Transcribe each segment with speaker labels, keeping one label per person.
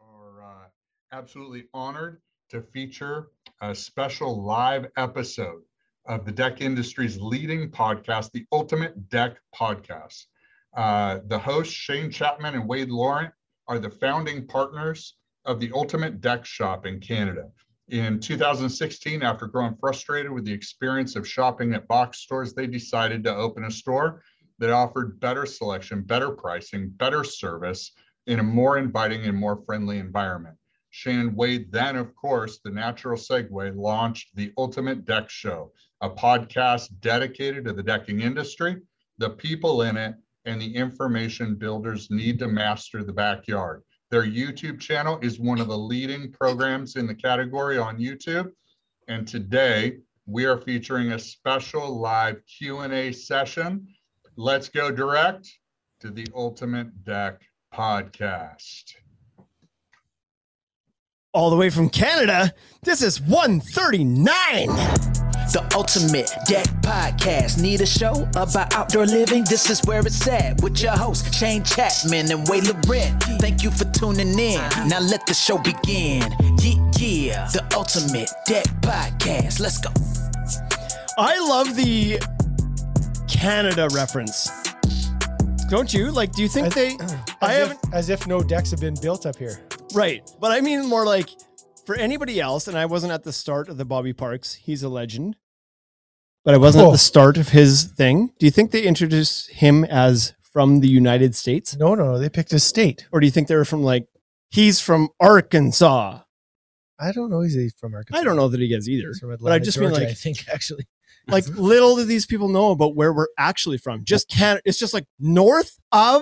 Speaker 1: uh, absolutely honored to feature a special live episode of the deck industry's leading podcast, the Ultimate Deck Podcast. Uh, the hosts, Shane Chapman and Wade Laurent, are the founding partners of the Ultimate Deck Shop in Canada. In 2016, after growing frustrated with the experience of shopping at box stores, they decided to open a store that offered better selection, better pricing, better service in a more inviting and more friendly environment. Shannon Wade then, of course, the natural segue, launched the Ultimate Deck Show, a podcast dedicated to the decking industry, the people in it, and the information builders need to master the backyard. Their YouTube channel is one of the leading programs in the category on YouTube. And today we are featuring a special live Q&A session. Let's go direct to the Ultimate Deck podcast.
Speaker 2: All the way from Canada, this is 139.
Speaker 3: The Ultimate Deck Podcast. Need a show about outdoor living? This is where it's at with your hosts, Shane Chapman and Way Loren. Thank you for tuning in. Now let the show begin. Yeah, yeah. The Ultimate Deck Podcast. Let's go.
Speaker 2: I love the Canada reference. Don't you? Like, do you think
Speaker 4: As-
Speaker 2: they.
Speaker 4: as
Speaker 2: I
Speaker 4: if-
Speaker 2: haven't.
Speaker 4: As if no decks have been built up here.
Speaker 2: Right. But I mean more like for anybody else, and I wasn't at the start of the Bobby Parks, he's a legend. But I wasn't at
Speaker 4: Oh.
Speaker 2: the start of his thing. Do you think they introduced him as from the United States?
Speaker 4: No, no, no. They picked a state.
Speaker 2: Or do you think they were from like, he's from Arkansas?
Speaker 4: I don't know. He's from Arkansas.
Speaker 2: I don't know that he is either.
Speaker 4: He's from
Speaker 2: But I
Speaker 4: Atlanta,
Speaker 2: just mean
Speaker 4: Georgia,
Speaker 2: like
Speaker 4: I think actually.
Speaker 2: like
Speaker 5: Mm-hmm.
Speaker 2: little do these people know about where we're actually from. Just Canada. It's just like north of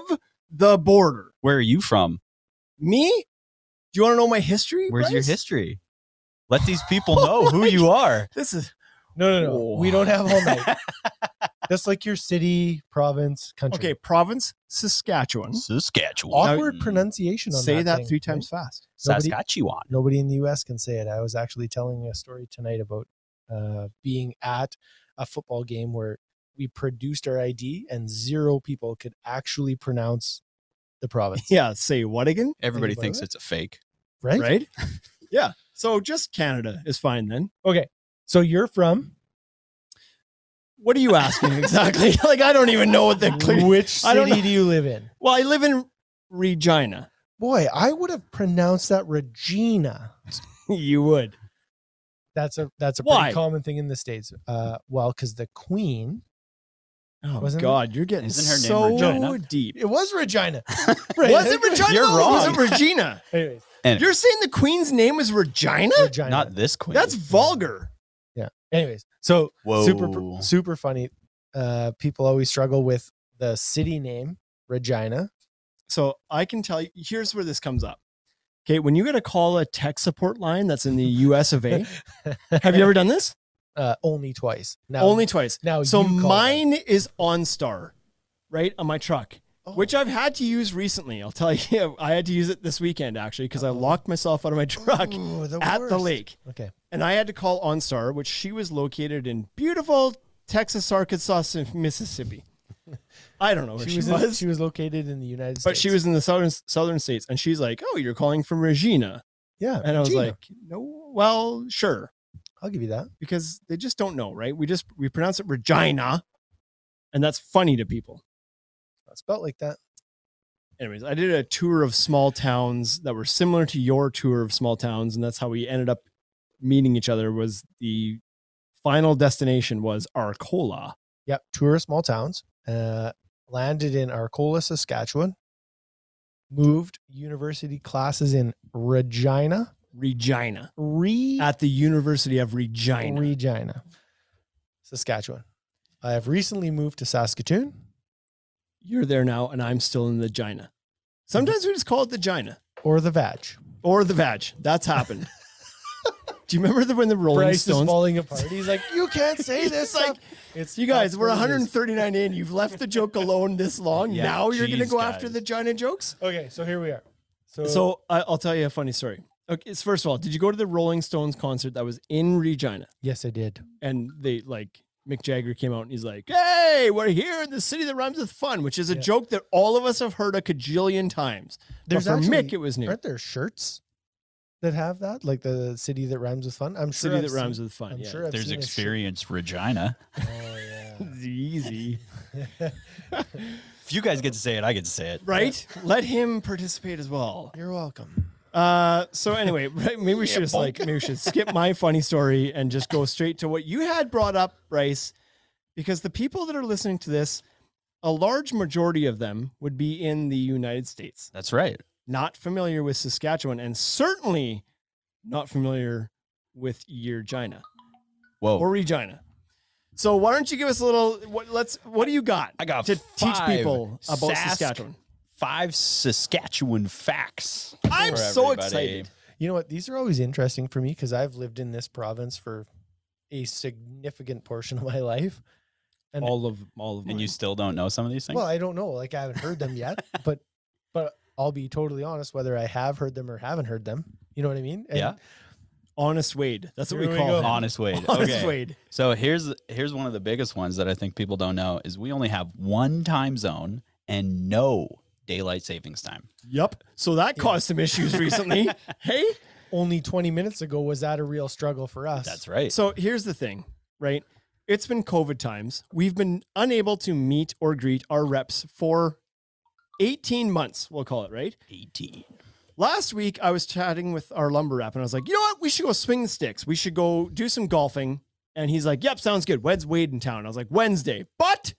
Speaker 2: the border.
Speaker 5: Where are you from?
Speaker 2: Me? Do you want to know my history?
Speaker 5: Where's your
Speaker 2: Bryce?
Speaker 5: history? Let these people know who you are.
Speaker 2: This is
Speaker 4: No, no, no.
Speaker 5: Whoa.
Speaker 4: We don't have all night. That's like your city, province, country.
Speaker 2: okay. Province Saskatchewan.
Speaker 5: Saskatchewan.
Speaker 4: Awkward pronunciation on
Speaker 2: Say that,
Speaker 4: thing,
Speaker 2: three
Speaker 4: right?
Speaker 2: times fast.
Speaker 4: Nobody-
Speaker 5: Saskatchewan.
Speaker 4: Nobody in the U.S. can say it. I was actually telling a story tonight about uh, being at a football game where we produced our ID and zero people could actually pronounce the province.
Speaker 2: Yeah. Say what again?
Speaker 5: Everybody
Speaker 4: Anybody?
Speaker 5: thinks it's a fake.
Speaker 4: Right?
Speaker 2: Right. yeah. So just Canada is fine then.
Speaker 4: Okay. So you're from
Speaker 2: What are you asking exactly? like I don't even know what the clear.
Speaker 4: which
Speaker 2: I don't
Speaker 4: city do you live in?
Speaker 2: Well, I live in Regina.
Speaker 4: Boy, I would have pronounced that Regina.
Speaker 2: you would.
Speaker 4: That's a that's a
Speaker 2: Why?
Speaker 4: pretty common thing in the states. Uh, well, because the Queen,
Speaker 2: Oh
Speaker 4: Wasn't it?
Speaker 2: God, you're getting
Speaker 5: Isn't her name
Speaker 2: so
Speaker 5: Regina?
Speaker 2: deep.
Speaker 4: it was Regina.
Speaker 2: Was it Regina?
Speaker 5: You're
Speaker 2: No, It
Speaker 5: wrong.
Speaker 2: was Regina.
Speaker 4: Anyways,
Speaker 5: And
Speaker 2: You're saying the queen's name is Regina?
Speaker 4: Regina.
Speaker 5: not this queen.
Speaker 2: That's vulgar.
Speaker 4: Anyways, so
Speaker 2: Oh.
Speaker 5: Whoa.
Speaker 4: super pr- super funny. Uh, people always struggle with the city name Regina.
Speaker 2: So I can tell you, here's where this comes up. Okay, when you got to call a tech support line that's in the US of A, have you ever done this?
Speaker 4: Uh, only twice. Now
Speaker 2: Only twice.
Speaker 4: now.
Speaker 2: So
Speaker 4: you call them.
Speaker 2: mine is OnStar, right, on my truck,
Speaker 4: Oh.
Speaker 2: which I've had to use recently. I'll tell you, I had to use it this weekend actually because I
Speaker 4: Uh-oh.
Speaker 2: locked myself out of my truck
Speaker 4: Ooh, the
Speaker 2: at the
Speaker 4: worst.
Speaker 2: lake.
Speaker 4: Okay.
Speaker 2: and I had to call OnStar, which she was located in beautiful Texas, Arkansas, and Mississippi. I don't know where Oh, she,
Speaker 4: She was, in-
Speaker 2: was,
Speaker 4: she was located in the United States,
Speaker 2: but she was in the southern southern states, and she's like, "Oh, you're calling from Regina,"
Speaker 4: yeah.
Speaker 2: and I was
Speaker 4: Regina.
Speaker 2: like, "No, well, sure,"
Speaker 4: I'll give you that.
Speaker 2: because they just don't know, right? We just we pronounce it Regina, and that's funny to people.
Speaker 4: It's spelled like that.
Speaker 2: Anyways, I did a tour of small towns that were similar to your tour of small towns, and that's how we ended up meeting each other. Was the final destination was Arcola.
Speaker 4: Yep. Tour of small towns. Uh, landed in Arcola, Saskatchewan. Moved university classes in Regina.
Speaker 2: Regina
Speaker 4: Re
Speaker 2: at the University of Regina.
Speaker 4: Regina, Saskatchewan. I have recently moved to Saskatoon.
Speaker 2: You're there now, and I'm still in the Gina. Sometimes we just call it the Gina
Speaker 4: Or the Vag.
Speaker 2: or the Vag. That's happened. Do you remember the, when the Rolling
Speaker 4: Bryce is
Speaker 2: Stones?
Speaker 4: falling apart. He's like, you can't say
Speaker 2: He's
Speaker 4: this.
Speaker 2: like,
Speaker 4: stuff." it's
Speaker 2: you guys, we're
Speaker 4: that's what it is.
Speaker 2: 139 in. You've left the joke alone this long.
Speaker 5: Yeah,
Speaker 2: now you're going to
Speaker 5: geez,
Speaker 2: go after
Speaker 5: guys.
Speaker 2: the Gina jokes?
Speaker 4: Okay, so here we are. So,
Speaker 2: So I, I'll tell you a funny story. Okay, it's- first of all, did you go to the Rolling Stones concert that was in Regina?
Speaker 4: yes, I did.
Speaker 2: and they like Mick Jagger came out and he's like, "Hey, we're here in the city that rhymes with fun," which is a
Speaker 4: Yeah.
Speaker 2: joke that all of us have heard a cajillion times. There's
Speaker 4: There's
Speaker 2: but for
Speaker 4: actually,
Speaker 2: Mick, it was new.
Speaker 4: aren't there shirts that have that, like the city that rhymes with fun. I'm sure
Speaker 2: City
Speaker 4: I've
Speaker 2: that
Speaker 4: seen-
Speaker 2: rhymes with fun.
Speaker 4: I'm
Speaker 2: yeah.
Speaker 4: sure I've
Speaker 5: There's
Speaker 4: seen a shit-
Speaker 5: experience Regina.
Speaker 4: Oh
Speaker 2: Easy.
Speaker 4: yeah.
Speaker 5: If you guys get to say it, I get to say it.
Speaker 2: Right? Let him participate as well.
Speaker 4: You're welcome.
Speaker 2: Uh, so anyway, right, maybe we should just
Speaker 5: bonk.
Speaker 2: like maybe we should skip my funny story and just go straight to what you had brought up, Bryce, because the people that are listening to this, a large majority of them would be in the United States,
Speaker 5: That's right.
Speaker 2: not familiar with Saskatchewan, and certainly not familiar with Regina
Speaker 5: Whoa.
Speaker 2: or Regina. So why don't you give us a little? What, let's. What do you got?
Speaker 5: I got
Speaker 2: to teach
Speaker 5: five
Speaker 2: people about
Speaker 5: Sask-
Speaker 2: Saskatchewan.
Speaker 5: Five Saskatchewan facts.
Speaker 2: I'm
Speaker 5: for
Speaker 2: so
Speaker 5: everybody.
Speaker 2: excited.
Speaker 4: You know what? These are always interesting for me because I've lived in this province for a significant portion of my life. And
Speaker 2: All of all of
Speaker 5: And you still don't know some of these things?
Speaker 4: well, I don't know. Like I haven't heard them yet, but but I'll be totally honest whether I have heard them or haven't heard them. You know what I mean? And
Speaker 5: Yeah.
Speaker 2: honest Wade. That's what we
Speaker 4: Here we
Speaker 2: call
Speaker 4: go.
Speaker 2: him.
Speaker 5: Honest Wade.
Speaker 2: Honest
Speaker 5: okay.
Speaker 2: Wade.
Speaker 5: So here's here's one of the biggest ones that I think people don't know is we only have one time zone and no daylight savings time.
Speaker 2: Yep. So that caused some issues recently. hey.
Speaker 4: Only 20 minutes ago was that a real struggle for us.
Speaker 5: That's right.
Speaker 2: So here's the thing, right? It's been COVID times. We've been unable to meet or greet our reps for 18 months, we'll call it, right?
Speaker 5: 18.
Speaker 2: Last week, I was chatting with our lumber rep, and I was like, you know what? We should go swing the sticks. We should go do some golfing. And he's like, yep, sounds good. When's Wade in town? I was like, Wednesday. But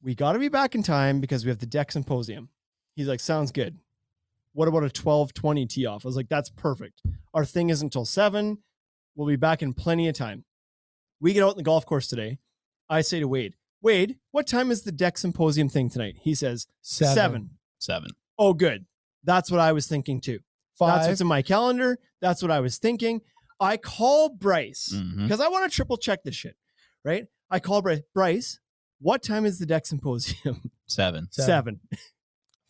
Speaker 2: we got to be back in time because we have the deck symposium. He's like, sounds good. What about a 1220 tee off? I was like, that's perfect. Our thing is until seven. We'll be back in plenty of time. We get out on the golf course today. I say to Wade, Wade, what time is the deck symposium thing tonight? He says,
Speaker 4: Seven.
Speaker 2: seven.
Speaker 5: Seven.
Speaker 2: Oh, good. That's what I was thinking too. That's
Speaker 4: Five.
Speaker 2: what's in my calendar. That's what I was thinking. I call Bryce
Speaker 5: Mhm.
Speaker 2: because I want to triple check this shit, right? I call Bryce. Bryce, what time is the deck symposium?
Speaker 5: Seven.
Speaker 2: Seven.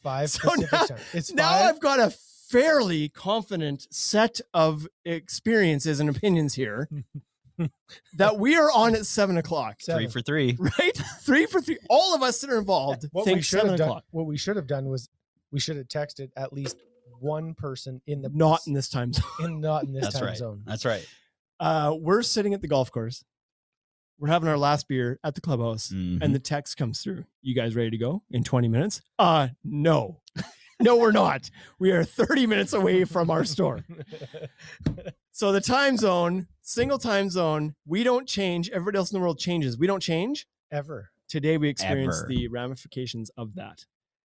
Speaker 4: Five.
Speaker 2: So
Speaker 4: Pacific
Speaker 2: now-
Speaker 4: time. It's
Speaker 2: Now
Speaker 4: five.
Speaker 2: I've got a fairly confident set of experiences and opinions here that we are on at seven o'clock,
Speaker 5: Three
Speaker 4: Seven.
Speaker 5: for three.
Speaker 2: right? Three for three. All of us that are involved
Speaker 4: What we
Speaker 2: think
Speaker 4: should
Speaker 2: seven
Speaker 4: have done.
Speaker 2: o'clock.
Speaker 4: What we should have done was we should have texted at least one person in the
Speaker 2: Not in this time zone.
Speaker 4: in not in this
Speaker 5: That's
Speaker 4: time
Speaker 5: right.
Speaker 4: zone.
Speaker 5: That's right.
Speaker 2: Uh, we're sitting at the golf course. We're having our last beer at the clubhouse.
Speaker 5: Mhm.
Speaker 4: Mm-hmm.
Speaker 2: and the text comes through you guys ready to go in 20 minutes uh no no we're not we are 30 minutes away from our store so the time zone single time zone we don't change everybody else in the world changes we don't change
Speaker 4: Ever.
Speaker 2: today we experience
Speaker 5: Ever.
Speaker 2: the ramifications of that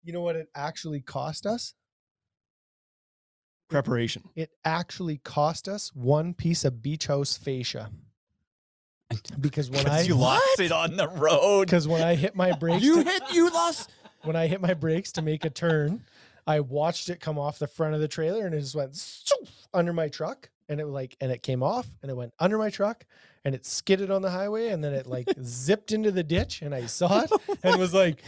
Speaker 4: You know what it actually cost us?
Speaker 2: preparation
Speaker 4: It actually cost us one piece of beach house fascia. Because when I
Speaker 5: you lost it on the road.
Speaker 4: because when I hit my brakes
Speaker 2: you
Speaker 4: to-
Speaker 2: hit you lost
Speaker 4: when I hit my brakes to make a turn, I watched it come off the front of the trailer and it just went zoof under my truck and it like and it came off and it went under my truck and it skidded on the highway and then it like zipped into the ditch and I saw it
Speaker 2: Oh
Speaker 4: and was like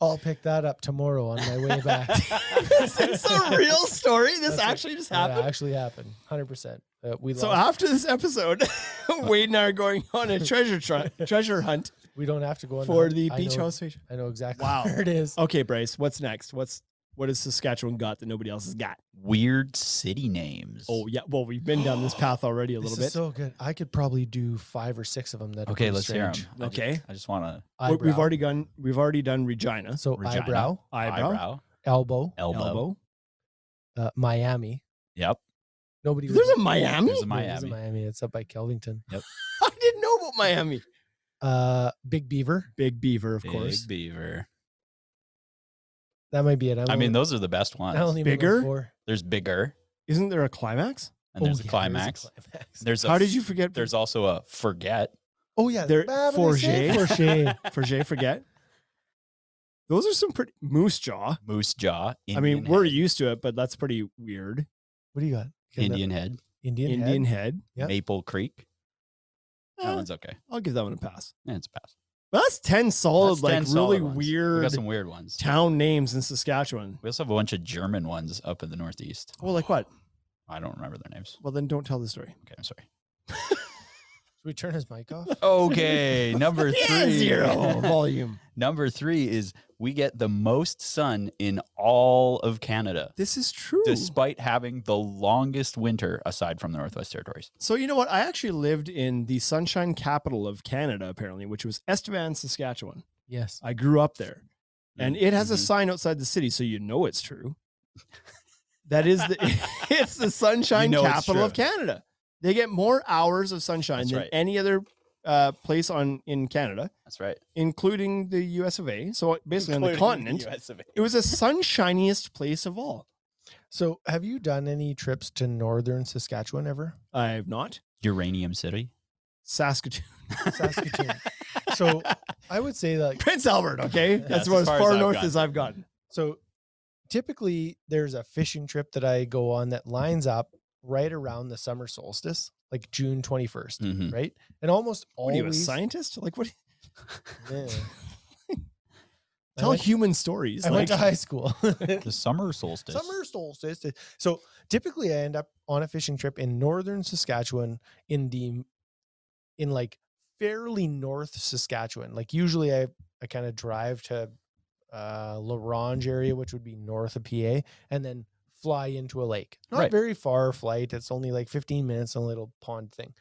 Speaker 4: I'll pick that up tomorrow on my way back.
Speaker 2: this is a real story this
Speaker 4: That's a-
Speaker 2: actually just
Speaker 4: Yeah,
Speaker 2: happened
Speaker 4: actually happened. 100%. Uh, we
Speaker 2: so
Speaker 4: lost.
Speaker 2: after this episode wade and i are going on a treasure tru- treasure hunt
Speaker 4: we don't have to go on
Speaker 2: for
Speaker 4: hunt.
Speaker 2: the
Speaker 4: I
Speaker 2: beach
Speaker 4: know-
Speaker 2: house fish
Speaker 4: I know exactly
Speaker 2: Wow.
Speaker 4: where it is.
Speaker 2: Okay, Bryce, what's next? What's what has Saskatchewan got that nobody else has got?
Speaker 5: Weird city names.
Speaker 2: Oh yeah, well we've been down this path already a
Speaker 4: This
Speaker 2: little bit.
Speaker 4: is so good. I could probably do five or six of them. That are
Speaker 5: Okay,
Speaker 4: pretty
Speaker 5: let's hear 'em.
Speaker 4: strange.
Speaker 5: I ju-
Speaker 2: Okay.
Speaker 5: I just want to
Speaker 2: We- we've
Speaker 4: Eyebrow.
Speaker 2: already done we've already done Regina,
Speaker 4: so
Speaker 5: Regina,
Speaker 4: eyebrow,
Speaker 2: eyebrow,
Speaker 4: elbow,
Speaker 5: elbow.
Speaker 2: elbow.
Speaker 4: uh, Miami.
Speaker 5: Yep.
Speaker 4: Nobody.
Speaker 2: There's
Speaker 4: would-
Speaker 2: a Miami.
Speaker 5: There's a
Speaker 4: No, it is
Speaker 5: Miami.
Speaker 4: a Miami. It's up by Kelvington.
Speaker 2: I didn't know about Miami.
Speaker 4: Uh, Big Beaver.
Speaker 2: Big Beaver, of
Speaker 5: Big
Speaker 2: course.
Speaker 5: Beaver.
Speaker 4: That might be it.
Speaker 5: I mean,
Speaker 4: those.
Speaker 5: those are the best ones.
Speaker 4: I only remember
Speaker 2: Bigger?
Speaker 4: four.
Speaker 5: There's bigger
Speaker 2: Isn't there a climax?
Speaker 5: and
Speaker 4: Oh, yeah,
Speaker 5: there's
Speaker 4: there is
Speaker 5: a climax.
Speaker 4: climax.
Speaker 5: There's a
Speaker 2: How did
Speaker 5: f-
Speaker 2: you forget?
Speaker 5: There's also a forget.
Speaker 4: oh yeah,
Speaker 2: there-
Speaker 4: bah, what did I say?
Speaker 2: Forget.
Speaker 4: Forget.
Speaker 2: Forget, forget. Those are some pretty moose jaw.
Speaker 5: Moose Jaw. Indian
Speaker 2: I mean, we're
Speaker 5: head,
Speaker 2: used to it, but that's pretty weird.
Speaker 4: What do you got? You got that
Speaker 5: Indian Head,
Speaker 4: Indian.
Speaker 2: Indian,
Speaker 4: Indian.
Speaker 2: head.
Speaker 4: Yep.
Speaker 5: Maple Creek.
Speaker 2: Eh,
Speaker 5: That one's okay.
Speaker 2: I'll give that one a pass.
Speaker 5: Yeah, it's passed.
Speaker 2: But that's ten solid,
Speaker 5: That's
Speaker 2: like
Speaker 5: 10
Speaker 2: really
Speaker 5: solid ones. We
Speaker 2: weird
Speaker 5: got some weird ones.
Speaker 2: town names in Saskatchewan.
Speaker 5: We also have a bunch of German ones up in the Northeast.
Speaker 2: Well, like what?
Speaker 5: I don't remember their names.
Speaker 2: Well, then don't tell the story.
Speaker 5: Okay, I'm sorry.
Speaker 4: Should we turn his mic off?
Speaker 5: Okay, number three.
Speaker 2: Yeah, zero volume.
Speaker 5: Number three is we get the most sun in all of Canada,
Speaker 2: This is true.
Speaker 5: despite having the longest winter aside from the Northwest Territories.
Speaker 2: So you know what? I actually lived in the sunshine capital of Canada, apparently, which was Estevan, Saskatchewan.
Speaker 4: yes.
Speaker 2: I grew up there, and it has a
Speaker 5: Mhm.
Speaker 2: sign outside the city, so you know it's true. That is the it's the sunshine
Speaker 5: know it's
Speaker 2: capital of
Speaker 5: true.
Speaker 2: Canada. They get more hours of sunshine
Speaker 5: That's
Speaker 2: than
Speaker 5: right.
Speaker 2: any other uh, place on in Canada,
Speaker 5: That's right.
Speaker 2: including the U.S. of A. So basically, on the
Speaker 5: Including
Speaker 2: continent,
Speaker 5: US of A.
Speaker 2: it was the sunshiniest place of all.
Speaker 4: So, have you done any trips to northern Saskatchewan ever?
Speaker 2: I've not
Speaker 5: Uranium City.
Speaker 2: Saskatoon,
Speaker 4: Saskatoon. so, I would say like
Speaker 2: Prince Albert. Okay, that's
Speaker 5: as
Speaker 2: about as
Speaker 5: far as
Speaker 2: far
Speaker 5: I've
Speaker 2: north
Speaker 5: gotten.
Speaker 2: as I've gotten.
Speaker 4: so typically there's a fishing trip that I go on that
Speaker 2: Mm-hmm.
Speaker 4: lines up right around the summer solstice, like June 21st,
Speaker 5: Mhm.
Speaker 2: Mm-hmm.
Speaker 4: right? And almost
Speaker 2: Mm. What are you, a
Speaker 4: always
Speaker 2: scientist? Like what?
Speaker 4: Yeah. I
Speaker 2: Tell
Speaker 4: went-
Speaker 2: human stories.
Speaker 4: I
Speaker 2: like,
Speaker 4: went to high school.
Speaker 5: The summer solstice.
Speaker 4: Summer solstice. So typically, I end up on a fishing trip in northern Saskatchewan, in the, in like fairly north Saskatchewan. Like usually, I I kind of drive to, uh, Larange area, which would be north of PA, and then fly into a lake. Not
Speaker 5: Right.
Speaker 4: very far flight. It's only like 15 minutes on a little pond thing,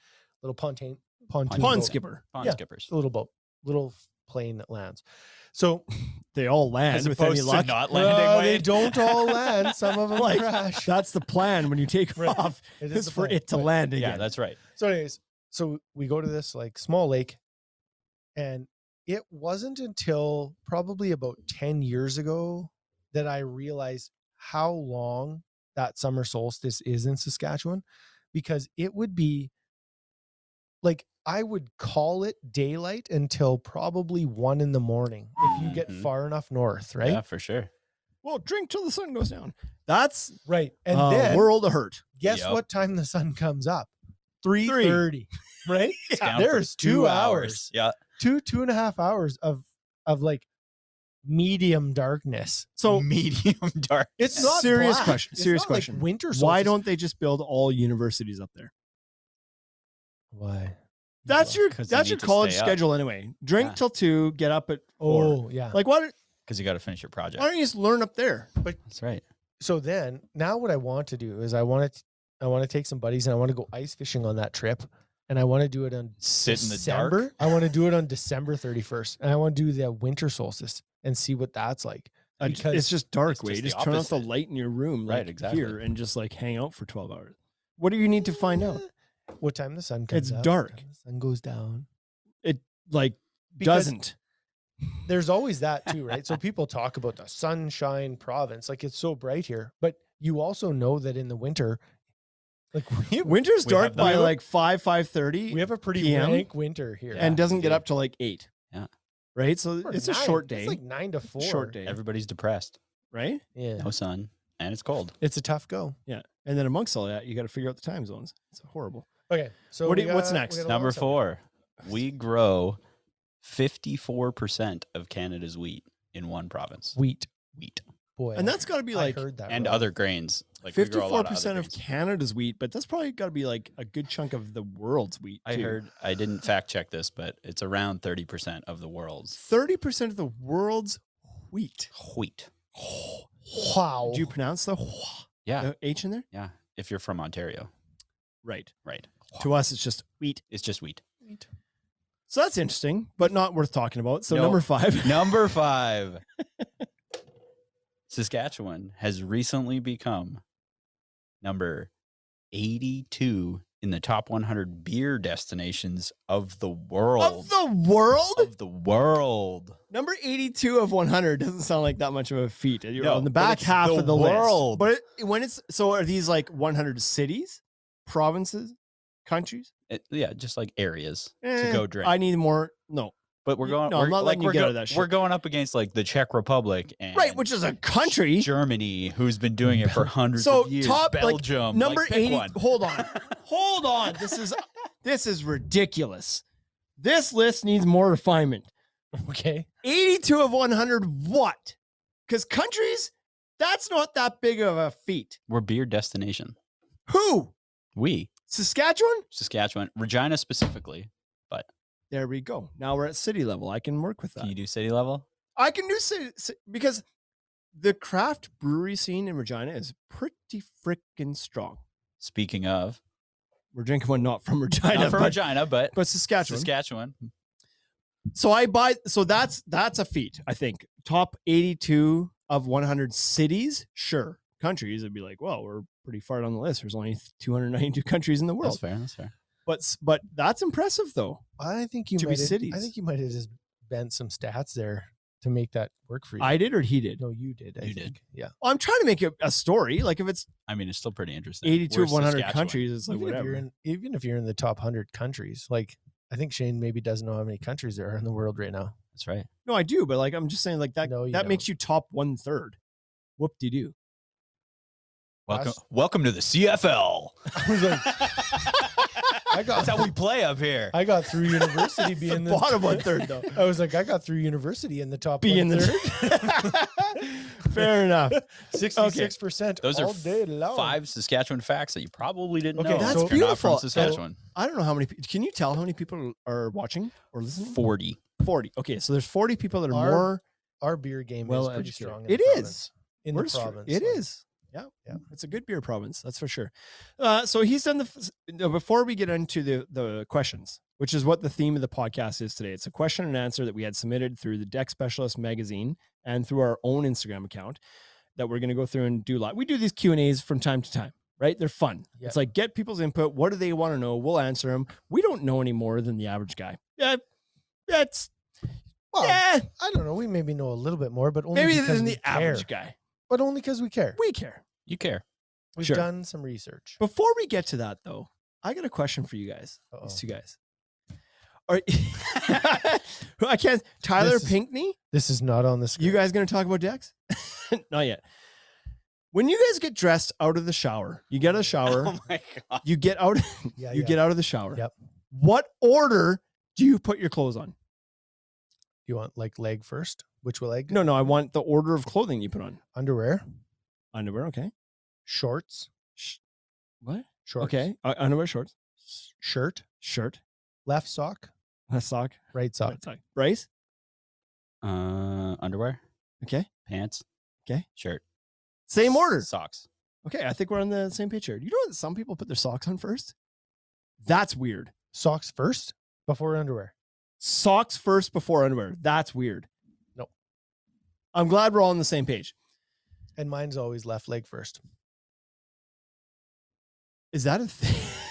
Speaker 4: little pontain, pontoon,
Speaker 2: Pawn
Speaker 4: boat,
Speaker 2: skipper.
Speaker 5: Pond
Speaker 4: Yeah.
Speaker 5: skippers.
Speaker 4: little boat, little f- plane that lands. So
Speaker 2: They all land
Speaker 5: As
Speaker 2: with any
Speaker 5: opposed to
Speaker 2: luck.
Speaker 5: not
Speaker 4: Uh,
Speaker 5: landing.
Speaker 4: they
Speaker 5: Wade.
Speaker 4: don't all land. Some of them
Speaker 2: Like,
Speaker 4: crash.
Speaker 2: That's the plan when you take
Speaker 4: Right.
Speaker 2: off.
Speaker 4: It
Speaker 2: It's
Speaker 4: the
Speaker 2: for
Speaker 4: plan,
Speaker 2: it to
Speaker 4: right.
Speaker 2: land again.
Speaker 5: Yeah, that's right.
Speaker 4: So, anyways, so we go to this like small lake, and it wasn't until probably about 10 years ago that I realized how long that summer solstice is in Saskatchewan because it would be like I would call it daylight until probably one in the morning if you get
Speaker 5: Mhm.
Speaker 4: far enough north, right?
Speaker 5: Yeah, for sure.
Speaker 2: well, drink till the sun goes down. That's
Speaker 4: Right. And
Speaker 2: a
Speaker 4: then
Speaker 2: world of hurt.
Speaker 4: guess
Speaker 5: Uh, Yep.
Speaker 4: what time the sun comes up?
Speaker 2: Three.
Speaker 4: 3.30, right?
Speaker 5: Down for
Speaker 4: There's two hours.
Speaker 5: Yeah.
Speaker 4: two two and a half hours of of like medium darkness.
Speaker 2: So
Speaker 5: medium dark.
Speaker 4: It's
Speaker 2: not Serious black. question,
Speaker 4: It's
Speaker 2: serious
Speaker 4: not like
Speaker 2: question.
Speaker 4: winter.
Speaker 2: why
Speaker 4: solstice.
Speaker 2: don't they just build all universities up there?
Speaker 4: why?
Speaker 2: That's your
Speaker 5: 'Cause they
Speaker 2: that's
Speaker 5: need
Speaker 2: your
Speaker 5: to
Speaker 2: college
Speaker 5: stay up.
Speaker 2: schedule anyway. Drink
Speaker 5: Yeah.
Speaker 2: till two. Get up at four.
Speaker 4: Oh yeah.
Speaker 2: Like why don't,
Speaker 5: Because you got to finish your project.
Speaker 2: why don't you just learn up there? But
Speaker 5: That's right.
Speaker 4: So then now what I want to do is I want to I want to take some buddies and I want to go ice fishing on that trip. And I want to do it on
Speaker 5: Sit in the
Speaker 4: December.
Speaker 5: dark.
Speaker 4: I want to do it on December 31st. And I want to do the winter solstice and see what that's like.
Speaker 2: uh,
Speaker 4: Because
Speaker 2: it's just dark.
Speaker 5: it's
Speaker 2: way
Speaker 5: just the
Speaker 2: just turn off the
Speaker 5: opposite.
Speaker 2: light in your room,
Speaker 5: Right,
Speaker 2: like,
Speaker 5: exactly.
Speaker 2: Here and just like hang out for twelve hours. What do you need to find out?
Speaker 4: Eh, What time the sun comes
Speaker 2: It's
Speaker 4: up, what
Speaker 2: dark.
Speaker 4: time The sun goes down.
Speaker 2: Like
Speaker 4: Because-
Speaker 2: doesn't.
Speaker 4: there's always that too, right? So people talk about the sunshine province, like it's so bright here, but you also know that in the winter, like we,
Speaker 2: Winter's
Speaker 5: We have
Speaker 2: dark
Speaker 5: the-
Speaker 2: by like five five thirty,
Speaker 4: we have a pretty
Speaker 2: PM?
Speaker 4: rank winter here,
Speaker 2: and
Speaker 5: Yeah,
Speaker 2: doesn't
Speaker 5: we
Speaker 2: get
Speaker 5: do.
Speaker 2: up till like eight.
Speaker 5: Yeah.
Speaker 2: Right. So
Speaker 4: Or
Speaker 2: it's a
Speaker 4: nine,
Speaker 2: short day.
Speaker 4: It's like nine to four.
Speaker 2: short day.
Speaker 5: Everybody's depressed.
Speaker 2: Right.
Speaker 4: Yeah,
Speaker 5: No sun. And it's cold.
Speaker 4: it's a tough go.
Speaker 2: Yeah. And then amongst all that, you got to figure out the time zones. It's horrible.
Speaker 4: Okay, so
Speaker 2: What do
Speaker 4: we
Speaker 2: you- what's
Speaker 4: got- we
Speaker 2: next?
Speaker 4: got a long
Speaker 5: Number
Speaker 4: summer.
Speaker 5: four, we grow 54% of Canada's wheat in one province.
Speaker 4: wheat
Speaker 5: Wheat
Speaker 4: boy,
Speaker 2: And that's got to be like
Speaker 4: I heard that
Speaker 5: and
Speaker 4: wrong.
Speaker 5: other grains. Like we grow a
Speaker 2: fifty-four
Speaker 5: lot other
Speaker 2: percent of
Speaker 5: grains.
Speaker 2: Canada's wheat, but that's probably got to be like a good chunk of the world's wheat.
Speaker 5: I heard, I didn't fact check this, but it's around 30% of the world's
Speaker 2: thirty percent of the world's wheat.
Speaker 5: wheat.
Speaker 4: Wow,
Speaker 2: Do you pronounce the wha-
Speaker 5: Oh. Yeah.
Speaker 2: the H in there?
Speaker 5: Yeah. If you're from Ontario,
Speaker 2: Right.
Speaker 5: right.
Speaker 2: To us, it's just wheat.
Speaker 5: It's just wheat.
Speaker 2: So that's interesting, but not worth talking about. So
Speaker 5: No.
Speaker 2: number five.
Speaker 5: Number five. Saskatchewan has recently become number 82 in the top 100 beer destinations of the
Speaker 2: Of
Speaker 5: world.
Speaker 2: the world,
Speaker 5: Of the world.
Speaker 2: Number 82 of 100 doesn't sound like that much of a feat. You're
Speaker 5: No,
Speaker 2: on the
Speaker 5: but
Speaker 2: back
Speaker 5: it's
Speaker 2: half
Speaker 5: the
Speaker 2: of the list.
Speaker 5: world.
Speaker 2: But it, when it's so are these like 100 cities, provinces, countries?
Speaker 5: It- Eh, yeah, just like areas
Speaker 2: Eh,
Speaker 5: to go drink.
Speaker 2: I need more. No.
Speaker 5: but we're
Speaker 2: y-
Speaker 5: going.
Speaker 2: no, I'm
Speaker 5: we're,
Speaker 2: not
Speaker 5: like
Speaker 2: letting you
Speaker 5: we're
Speaker 2: get
Speaker 5: go-
Speaker 2: out of that
Speaker 5: We're
Speaker 2: shit.
Speaker 5: going up against like the Czech Republic and
Speaker 2: Right, which is a country.
Speaker 5: Germany, who's been doing it for hundreds
Speaker 2: So,
Speaker 5: of years.
Speaker 2: top, like,
Speaker 5: Belgium, like,
Speaker 2: Number
Speaker 5: pick
Speaker 2: 80.
Speaker 5: one.
Speaker 2: Hold on. hold on. This is this is ridiculous. This list needs more refinement.
Speaker 4: okay?
Speaker 2: 82 of 100 what? Cuz countries that's not that big of a feat.
Speaker 5: We're beer destination.
Speaker 2: Who?
Speaker 5: We
Speaker 2: Saskatchewan?
Speaker 5: Saskatchewan, Regina specifically.
Speaker 2: There we go. Now we're at city level. I can work with that.
Speaker 5: Can you do city level?
Speaker 2: I can do ci- ci- because the craft brewery scene in Regina is pretty freaking strong.
Speaker 5: Speaking of,
Speaker 2: We're drinking one not from Regina,
Speaker 5: not from
Speaker 2: but,
Speaker 5: Regina, but
Speaker 2: but Saskatchewan.
Speaker 5: Saskatchewan.
Speaker 2: So I buy. So that's that's a feat. I think top eighty-two of one hundred cities. Sure, countries would be like, well, we're pretty far down the list. There's only two hundred ninety-two countries in the
Speaker 5: That's
Speaker 2: world.
Speaker 5: fair. That's fair.
Speaker 2: But s- but that's impressive though.
Speaker 4: I think you
Speaker 2: To be
Speaker 4: might. have- I
Speaker 2: cities.
Speaker 4: think you might have just bent some stats there to make that work for you.
Speaker 2: I did or he did.
Speaker 4: no, you did. I
Speaker 5: You did.
Speaker 4: think. Yeah.
Speaker 2: I'm trying to make it a story. Like if it's
Speaker 5: I mean, it's still pretty interesting.
Speaker 2: eighty-two
Speaker 5: We're
Speaker 2: of one hundred
Speaker 5: Saskatchewan.
Speaker 2: countries, it's like
Speaker 4: even if
Speaker 2: whatever.
Speaker 4: you're in, even if you're in the top hundred countries, like I think Shane maybe doesn't know how many countries there are in the world right now.
Speaker 5: That's right.
Speaker 2: No, I do, but like I'm just saying, like that
Speaker 4: No, you
Speaker 2: that makes you top one third. Whoop de doo.
Speaker 5: Welcome,
Speaker 4: Last-
Speaker 5: welcome to the CFL.
Speaker 4: I was like, I got-
Speaker 5: That's how we play up here.
Speaker 4: I got through university
Speaker 2: The
Speaker 4: being the
Speaker 2: bottom one third though.
Speaker 4: I was like, I got through university in the top
Speaker 2: Be in the
Speaker 4: one-third.
Speaker 2: Fair enough.
Speaker 4: Sixty-six percent
Speaker 5: Those are
Speaker 4: all day
Speaker 5: f-
Speaker 4: long.
Speaker 5: five Saskatchewan facts that you probably didn't
Speaker 4: Okay,
Speaker 5: know.
Speaker 4: that's
Speaker 5: if you're not
Speaker 2: beautiful. Oh, So-
Speaker 5: from Saskatchewan.
Speaker 2: I don't know how many. pe- Can you tell how many people are watching or listening?
Speaker 5: Forty.
Speaker 2: Forty. Okay, so there's forty people that are
Speaker 4: Our
Speaker 2: more
Speaker 4: Our beer game
Speaker 2: well
Speaker 4: is pretty
Speaker 2: educated.
Speaker 4: strong. in
Speaker 2: It
Speaker 4: the province-
Speaker 2: is.
Speaker 4: in
Speaker 2: We're
Speaker 4: the
Speaker 2: str-
Speaker 4: province.
Speaker 2: It
Speaker 4: like,
Speaker 2: is. Yeah,
Speaker 4: Yeah.
Speaker 2: It's a good beer province, that's for sure. Uh, so he's done the. f- s- now Before we get into the the questions, which is what the theme of the podcast is today, it's a question and answer that we had submitted through the Deck Specialist magazine and through our own Instagram account that we're going to go through and do live. We do these Q and A's from time to time, right? They're fun.
Speaker 4: Yep.
Speaker 2: It's like get people's input. What do they want to know? We'll answer them. We don't know any more than the average guy. Yeah, that's
Speaker 4: Well,
Speaker 2: yeah,
Speaker 4: I don't know. We maybe know a little bit more, but only
Speaker 2: maybe
Speaker 4: because
Speaker 2: than
Speaker 4: we
Speaker 2: the average
Speaker 4: care.
Speaker 2: guy.
Speaker 4: But only because we care.
Speaker 2: We care.
Speaker 5: You care.
Speaker 4: We've
Speaker 2: Sure.
Speaker 4: done some research.
Speaker 2: Before we get to that, though, I got a question for you guys.
Speaker 4: Uh-oh.
Speaker 2: These two guys. Are, Who I can't. Tyler
Speaker 4: This is-
Speaker 2: Pinkney.
Speaker 4: This is not on the script.
Speaker 2: You guys going to talk about decks? Not yet. When you guys get dressed out of the shower, you get out of the shower.
Speaker 5: Oh my god.
Speaker 2: you get out.
Speaker 4: yeah,
Speaker 2: you
Speaker 4: yeah.
Speaker 2: get out of the shower.
Speaker 4: Yep.
Speaker 2: What order do you put your clothes on?
Speaker 4: You want like leg first? Which leg?
Speaker 2: No, no. I want the order of clothing you put on.
Speaker 4: Underwear,
Speaker 2: Underwear. Okay.
Speaker 4: shorts,
Speaker 2: What?
Speaker 4: shorts.
Speaker 2: Okay. Uh, underwear, shorts,
Speaker 4: s- Shirt,
Speaker 2: shirt,
Speaker 4: left sock,
Speaker 2: a sock,
Speaker 4: right sock.
Speaker 2: right sock, brace.
Speaker 5: Uh, underwear,
Speaker 2: Okay.
Speaker 5: pants,
Speaker 2: Okay.
Speaker 5: shirt,
Speaker 2: Same order.
Speaker 5: socks.
Speaker 2: Okay, I think we're on the same page here. You know that some people put their socks on first? That's weird.
Speaker 4: Socks first before underwear.
Speaker 2: Socks first before underwear. That's weird.
Speaker 4: Nope.
Speaker 2: I'm glad we're all on the same page.
Speaker 4: And mine's always left leg first.
Speaker 2: Is that a thing?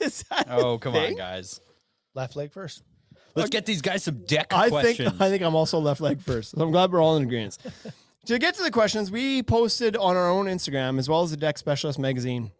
Speaker 2: Is that a
Speaker 5: Oh come on,
Speaker 2: thing?
Speaker 5: guys.
Speaker 4: Left leg first.
Speaker 5: Let's get these guys some deck
Speaker 2: I
Speaker 5: questions.
Speaker 2: think I think I'm also left leg first. So I'm glad we're all in agreement. to get to the questions, we posted on our own Instagram as well as the Deck Specialist magazine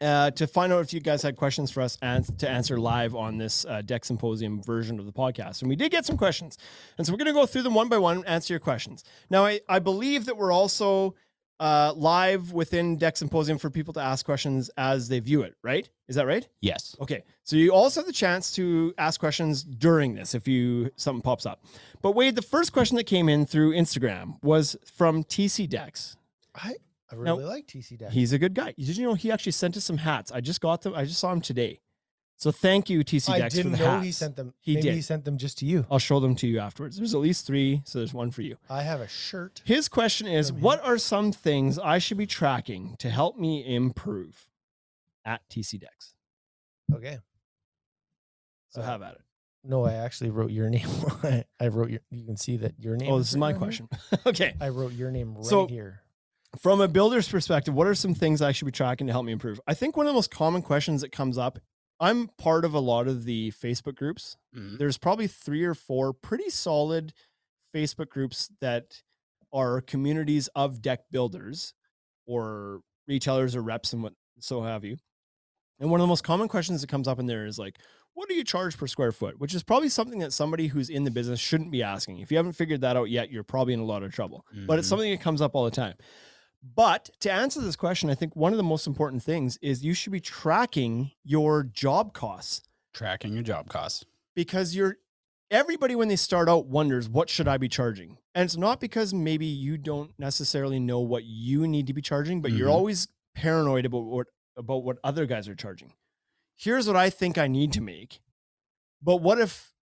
Speaker 2: uh, to find out if you guys had questions for us and to answer live on this uh, Deck Symposium version of the podcast. And we did get some questions, and so we're going to go through them one by one and answer your questions. Now, I, I believe that we're also uh, live within Deck Symposium for people to ask questions as they view it. Right? Is that right?
Speaker 5: yes.
Speaker 2: Okay, so you also have the chance to ask questions during this if you something pops up. But Wade, the first question that came in through Instagram was from TC Dex.
Speaker 4: I, I
Speaker 2: No.
Speaker 4: really like TC Deck.
Speaker 2: He's a good guy. Did you know he actually sent us some hats? I just got them. I just saw him today. So thank you, TC
Speaker 4: I
Speaker 2: Dex, for
Speaker 4: didn't
Speaker 2: the
Speaker 4: know
Speaker 2: hats.
Speaker 4: he sent them.
Speaker 2: He
Speaker 4: Maybe
Speaker 2: did.
Speaker 4: he sent them just to you.
Speaker 2: I'll show them to you afterwards. There's at least three, so there's one for you.
Speaker 4: I have a shirt.
Speaker 2: His question is,
Speaker 4: From him.
Speaker 2: what are some things I should be tracking to help me improve? At TC Dex.
Speaker 4: Okay.
Speaker 2: So
Speaker 4: Uh,
Speaker 2: have at it.
Speaker 4: No, I actually wrote your name. I- I wrote your. You can see that your name.
Speaker 2: Oh, this is my
Speaker 4: written on here.
Speaker 2: question. okay.
Speaker 4: I wrote your name right
Speaker 2: So-
Speaker 4: here.
Speaker 2: from a builder's perspective, what are some things I should be tracking to help me improve? I think one of the most common questions that comes up, I'm part of a lot of the Facebook groups.
Speaker 5: Mhm.
Speaker 2: There's probably three or four pretty solid Facebook groups that are communities of deck builders or retailers or reps and what so have you. And one of the most common questions that comes up in there is like, what do you charge per square foot? Which is probably something that somebody who's in the business shouldn't be asking. If you haven't figured that out yet, you're probably in a lot of trouble but it's
Speaker 5: Mhm.
Speaker 2: something that comes up all the time. But to answer this question, I think one of the most important things is you should be tracking your job costs
Speaker 5: tracking your job costs.
Speaker 2: because you're everybody when they start out wonders what should I be charging? And it's not because maybe you don't necessarily know
Speaker 4: Mm-hmm.
Speaker 2: what you need to be charging, but you're
Speaker 5: Mhm.
Speaker 2: always paranoid about what about what other guys are charging. here's what I think I need to make. But what if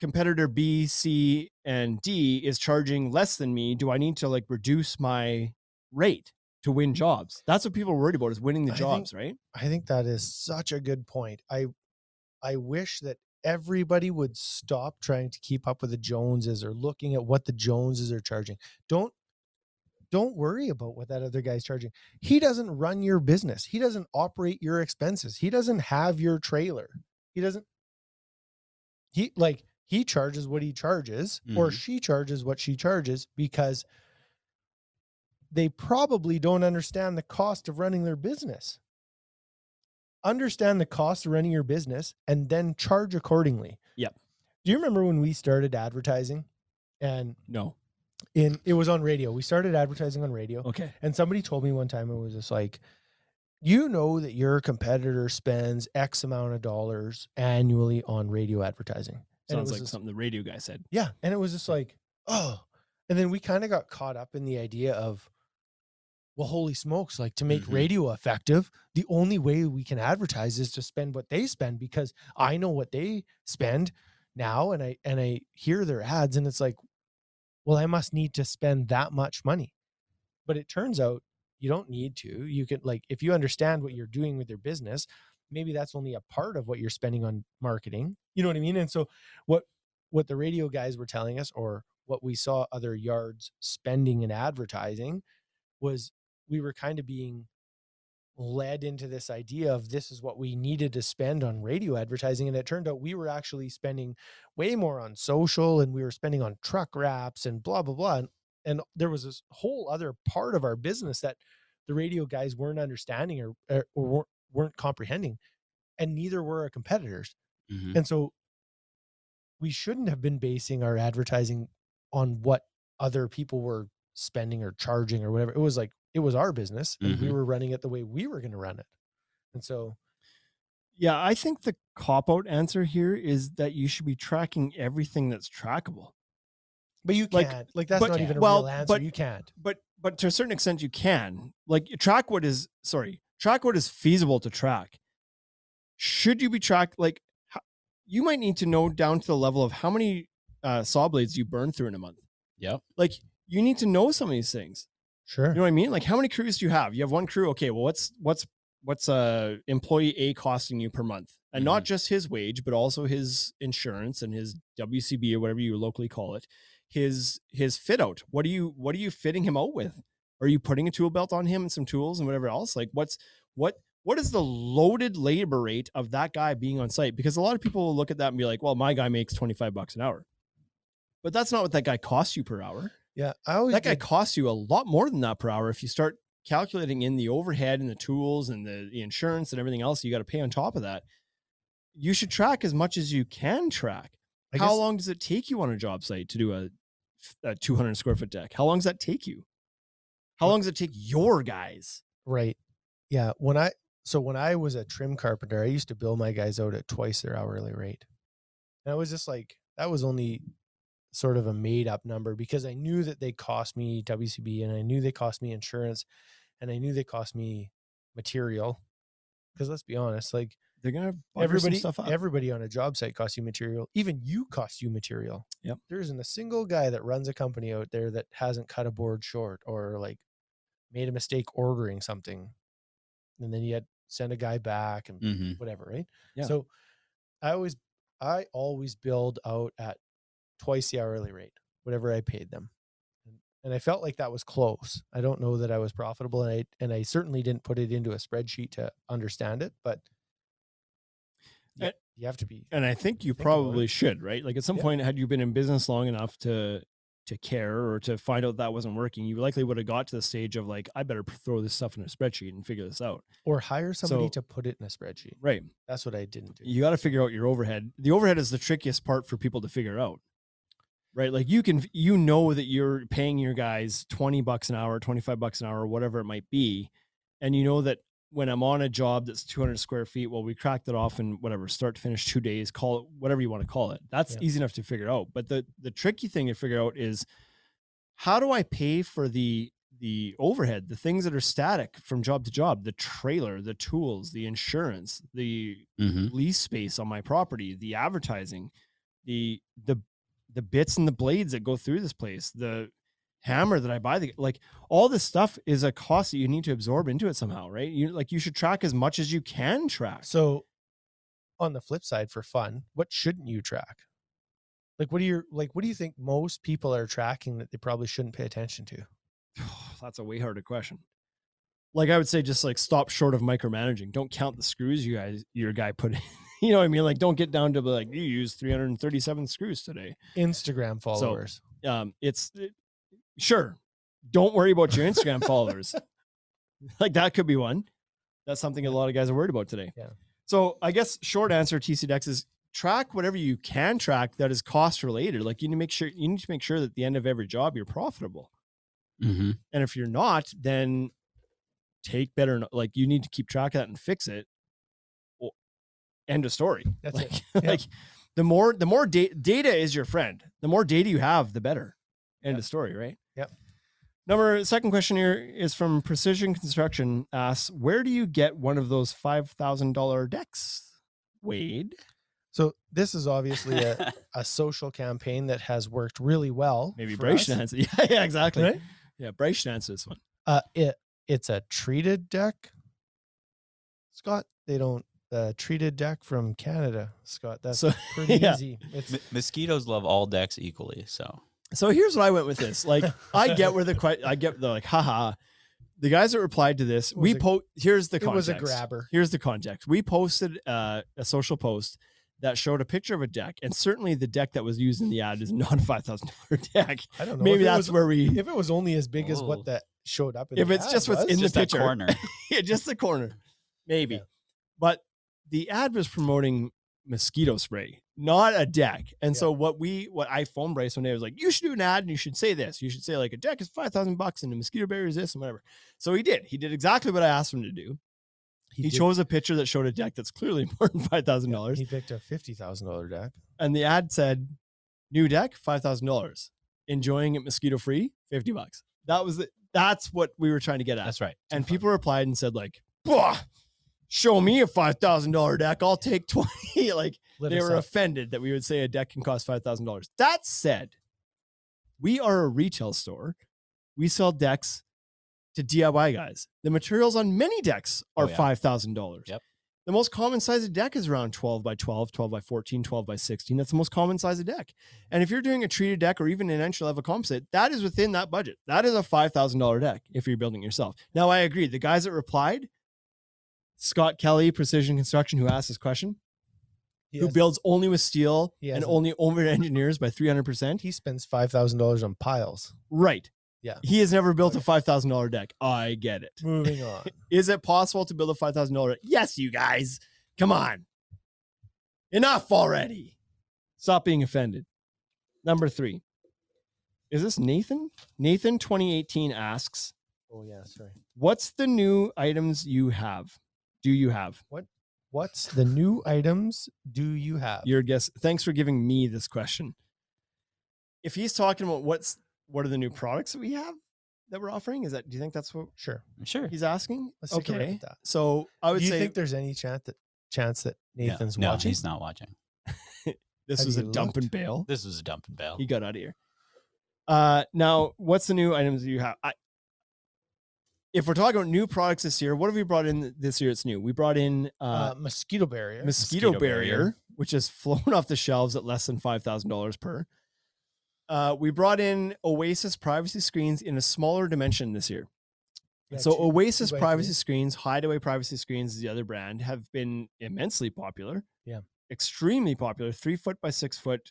Speaker 2: competitor B, C, and D is charging less than me? Do I need to like reduce my rate to win jobs? That's what people are worried about is winning the
Speaker 4: I think-
Speaker 2: jobs, right?
Speaker 4: I think that is such a good point. I I wish that everybody would stop trying to keep up with the Joneses or looking at what the Joneses are charging. Don't don't worry about what that other guy's charging. He doesn't run your business. He doesn't operate your expenses. He doesn't have your trailer. He doesn't he like he charges what he charges or
Speaker 5: Mhm.
Speaker 4: she charges what she charges because they probably don't understand the cost of running their business. Understand the cost of running your business and then charge accordingly.
Speaker 2: Yep.
Speaker 4: Do you remember when we started advertising? And
Speaker 2: No.
Speaker 4: in it was on radio. We started advertising on radio.
Speaker 2: Okay.
Speaker 4: And somebody told me one time it was just like, you know that your competitor spends X amount of dollars annually on radio advertising. and it
Speaker 2: Sounds
Speaker 4: was
Speaker 2: like
Speaker 4: just-
Speaker 2: something the radio guy said.
Speaker 4: yeah. And it was just like, oh. And then we kind of got caught up in the idea of, well, holy smokes, like to make
Speaker 5: Mhm.
Speaker 4: radio effective, the only way we can advertise is to spend what they spend because I know what they spend now and I and I hear their ads and it's like, well, I must need to spend that much money. But it turns out you don't need to. You can like if you understand what you're doing with your business, maybe that's only a part of what you're spending on marketing. You know what I mean? And so what what the radio guys were telling us or what we saw other yards spending in advertising was we were kind of being led into this idea of this is what we needed to spend on radio advertising and it turned out we were actually spending way more on social and we were spending on truck wraps and blah blah blah and, and there was this whole other part of our business that the radio guys weren't understanding or or, or weren't- weren't comprehending and neither were our competitors
Speaker 5: Mhm.
Speaker 2: Mm-hmm.
Speaker 4: and so we shouldn't have been basing our advertising on what other people were spending or charging or whatever. It was like it was our business and we
Speaker 2: Mm-hmm.
Speaker 5: Mhm.
Speaker 4: were running it the way we were going to run it. And so
Speaker 2: Yeah, I think the cop out answer here is that you should be tracking everything that's trackable.
Speaker 4: but you
Speaker 2: Like-
Speaker 4: can't. Like, that's
Speaker 2: but-
Speaker 4: not even a
Speaker 2: well,
Speaker 4: real answer.
Speaker 2: but-
Speaker 4: you can't.
Speaker 2: But but to a certain extent you can. Like you track what is sorry, track what is feasible to track. Should you be tracked like ho- you might need to know down to the level of how many uh, saw blades you burn through in a month.
Speaker 5: Yep.
Speaker 2: Like you need to know some of these things.
Speaker 4: Sure.
Speaker 2: You know what I mean? Like how many crews do you have? You have one crew. Okay, well, what's what's what's uh employee A costing you per month? And not just his wage, but also his insurance and his WCB or whatever you locally call it, his his fit out. What are you what are you fitting him out with? Are you putting a tool belt on him and some tools and whatever else? Like what's what what is the loaded labor rate of that guy being on site? Because a lot of people will look at that and be like, well, my guy makes 25 bucks an hour. But that's not what that guy costs you per hour
Speaker 4: yeah. I always
Speaker 2: that guy
Speaker 4: did-
Speaker 2: costs you a lot more than that per hour if you start calculating in the overhead and the tools and the, the insurance and everything else you got to pay on top of that. You should track as much as you can track.
Speaker 4: I
Speaker 2: How
Speaker 4: guess-
Speaker 2: long does it take you on a job site to do a, a 200 square foot deck? How long does that take you? How long does it take your guys?
Speaker 4: Right. Yeah. When I so when I was a trim carpenter, I used to bill my guys out at twice their hourly rate. And I was just like, that was only sort of a made up number because I knew that they cost me WCB and I knew they cost me insurance and I knew they cost me material. Because let's be honest, like
Speaker 2: They're gonna bugger some
Speaker 4: everybody
Speaker 2: stuff up.
Speaker 4: everybody on a job site costs you material even you cost you material
Speaker 2: Yep.
Speaker 4: there isn't a single guy that runs a company out there that hasn't cut a board short or like made a mistake ordering something and then you had send a guy back and
Speaker 5: Mhm.
Speaker 4: whatever right
Speaker 2: Mm-hmm. Yeah.
Speaker 4: so i always i always build out at twice the hourly rate whatever i paid them And- and i felt like that was close i don't know that i was profitable and i and i certainly didn't put it into a spreadsheet to understand it but yeah,
Speaker 2: Uh,
Speaker 4: you have to be
Speaker 2: and I think you
Speaker 4: Think about
Speaker 2: probably
Speaker 4: it.
Speaker 2: should, right? Like at some
Speaker 4: Yeah.
Speaker 2: point, had you been in business long enough to to care or to find out that wasn't working, you likely would have got to the stage of like, I better p- throw this stuff in a spreadsheet and figure this out,
Speaker 4: or hire somebody
Speaker 2: So-
Speaker 4: to put it in a spreadsheet
Speaker 2: right?
Speaker 4: that's what i didn't do
Speaker 2: You got to figure out your overhead. The overhead is the trickiest part for people to figure out, right? Like you can, you know that you're paying your guys twenty bucks an hour, twenty five bucks an hour, whatever it might be, and you know that when I'm on a job that's 200 square feet, well, we cracked it off in whatever start to finish two days, call it whatever you want to call it. That's
Speaker 4: Yeah.
Speaker 2: easy enough to figure out. But the the tricky thing to figure out is how do I pay for the the overhead, the things that are static from job to job, the trailer, the tools, the insurance, the
Speaker 5: Mm-hmm.
Speaker 2: lease space on my property, the advertising, the the the bits and the blades that go through this place, the hammer that I buy, the like all this stuff is a cost that you need to absorb into it somehow, right? You like you should track as much as you can track.
Speaker 4: So, on the flip side, for fun, what shouldn't you track? Like, what do you like? What do you think most people are tracking that they probably shouldn't pay attention
Speaker 2: Eh,
Speaker 4: to?
Speaker 2: that's a way harder question. Like I would say, just like stop short of micromanaging. Don't count the screws you guys your guy put in. You know what I mean? Like don't get down to like you used 337 screws today.
Speaker 4: Instagram followers.
Speaker 2: um, it's it- sure. Don't worry about your Instagram followers. Like that could be one. That's something a lot of guys are worried about today.
Speaker 4: Yeah.
Speaker 2: So I guess short answer TC Dex is track whatever you can track that is cost related. Like you need to make sure you need to make sure that at the end of every job you're profitable.
Speaker 5: Mm-hmm.
Speaker 2: And if you're not, then take better no- like you need to keep track of that and fix it. Well, end of story.
Speaker 4: That's
Speaker 2: like
Speaker 4: it. Yeah.
Speaker 2: like the more the more da- data is your friend. The more data you have, the better. End of story, right?
Speaker 4: Yep.
Speaker 2: Number second question here is from Precision Construction asks, where do you get one of those five thousand dollar decks? Wade.
Speaker 4: So this is obviously a, a social campaign that has worked really well.
Speaker 2: Maybe
Speaker 4: for
Speaker 2: Bryce
Speaker 4: us,
Speaker 2: answer. Yeah, yeah, exactly.
Speaker 4: Right?
Speaker 2: Yeah, Bryce should answer this one.
Speaker 4: Uh, it it's a treated deck. Scott, they don't uh, treated deck from Canada. Scott, that's
Speaker 2: So,
Speaker 4: pretty
Speaker 2: yeah.
Speaker 4: easy. It's
Speaker 5: mosquitoes love all decks equally. So
Speaker 2: So here's what I went with this. Like I get where the que- I get the like haha. The guys that replied to this,
Speaker 4: It was
Speaker 2: we
Speaker 4: a-
Speaker 2: po here's the
Speaker 4: it was
Speaker 2: context.
Speaker 4: a grabber.
Speaker 2: Here's the context. We posted uh, a social post that showed a picture of a deck, and certainly the deck that was used in the ad is not a five thousand dollar deck.
Speaker 4: I don't know. if
Speaker 2: Maybe
Speaker 4: it
Speaker 2: that's
Speaker 4: was-
Speaker 2: where we. If,
Speaker 4: if it was only as big as
Speaker 5: Oh.
Speaker 4: what that showed up. In the
Speaker 2: it's
Speaker 4: ad
Speaker 2: just what's
Speaker 4: was,
Speaker 2: in
Speaker 5: just
Speaker 2: the
Speaker 5: that
Speaker 2: picture,
Speaker 5: corner.
Speaker 2: yeah, just the corner, maybe.
Speaker 4: Yeah.
Speaker 2: But the ad was promoting mosquito spray, not a deck. And
Speaker 4: Yeah.
Speaker 2: so what we, what I phone Bryce one day I was like, you should do an ad and you should say this. You should say like a deck is five thousand bucks and a mosquito barrier is this and whatever. So he did. He did exactly what I asked him to do. He,
Speaker 4: did-
Speaker 2: chose a picture that showed a deck that's clearly more than five thousand dollars,
Speaker 4: He picked a fifty thousand dollar deck.
Speaker 2: and the ad said, "New deck, five thousand dollars. Enjoying it mosquito free, fifty bucks." That was the, that's what we were trying to get at
Speaker 5: That's right.
Speaker 2: and people replied and said like "Bah, show me a $5000 deck i'll take 20 like
Speaker 4: Lit
Speaker 2: they
Speaker 4: us
Speaker 2: were
Speaker 4: up.
Speaker 2: offended that we would say a deck can cost $5000 that said we are a retail store we sell decks to diy guys the materials on many decks
Speaker 5: Oh,
Speaker 2: are
Speaker 5: yeah.
Speaker 2: $5000
Speaker 5: Yep.
Speaker 2: the most common size of deck is around 12 by 12 12 by 14 12 by 16 that's the most common size of deck and if you're doing a treated deck or even an entry level composite, that is within that budget. That is a five thousand dollar deck if you're building it yourself. Now I agree. The guys that replied, Scott Kelly, Precision Construction, who asked this question,
Speaker 4: He,
Speaker 2: who
Speaker 4: has-
Speaker 2: builds only with steel
Speaker 4: He
Speaker 2: and
Speaker 4: hasn't.
Speaker 2: only over engineers by three hundred percent.
Speaker 4: he spends five thousand dollars on piles.
Speaker 2: Right.
Speaker 4: Yeah.
Speaker 2: He has never built a five thousand dollar deck. I get it.
Speaker 4: Moving on.
Speaker 2: Is it possible to build a five thousand dollar? Yes, you guys. Come on. Enough already. Stop being offended. Number three. Is this Nathan? Nathan 2018 asks,
Speaker 4: oh yeah, sorry.
Speaker 2: What's the new items you have? Do you have?
Speaker 4: What's the new items do you have?
Speaker 2: Your guess. Thanks for giving me this question. If he's talking about what's what are the new products that we have that we're offering, is that do you think that's what
Speaker 4: sure.
Speaker 5: Sure.
Speaker 2: he's asking?
Speaker 4: Let's take a rip at that.
Speaker 2: So I would
Speaker 4: do you
Speaker 2: say
Speaker 4: think there's any chance that chance that
Speaker 5: No,
Speaker 4: Nathan's
Speaker 5: no,
Speaker 4: watching?
Speaker 5: he's not watching.
Speaker 2: this
Speaker 4: have
Speaker 2: was a
Speaker 4: you
Speaker 2: dump and
Speaker 4: looked? Oh.
Speaker 2: bail.
Speaker 5: This was a dump and bail.
Speaker 2: he got out of here. Uh, now, what's the new items you have? I, if we're talking about new products this year, what have we brought in this year? It's new. We brought in uh,
Speaker 4: uh, mosquito barrier.
Speaker 2: mosquito,
Speaker 5: mosquito
Speaker 2: barrier,
Speaker 5: barrier.
Speaker 2: which has flown off the shelves at less than five thousand dollars per. Uh, we brought in Oasis privacy screens in a smaller dimension this year.
Speaker 4: Yeah,
Speaker 2: So
Speaker 4: two-
Speaker 2: Oasis
Speaker 4: two by
Speaker 2: privacy
Speaker 4: three.
Speaker 2: screens, Hideaway privacy screens is the other brand, have been immensely popular.
Speaker 4: Yeah.
Speaker 2: Extremely popular. Three foot by six foot,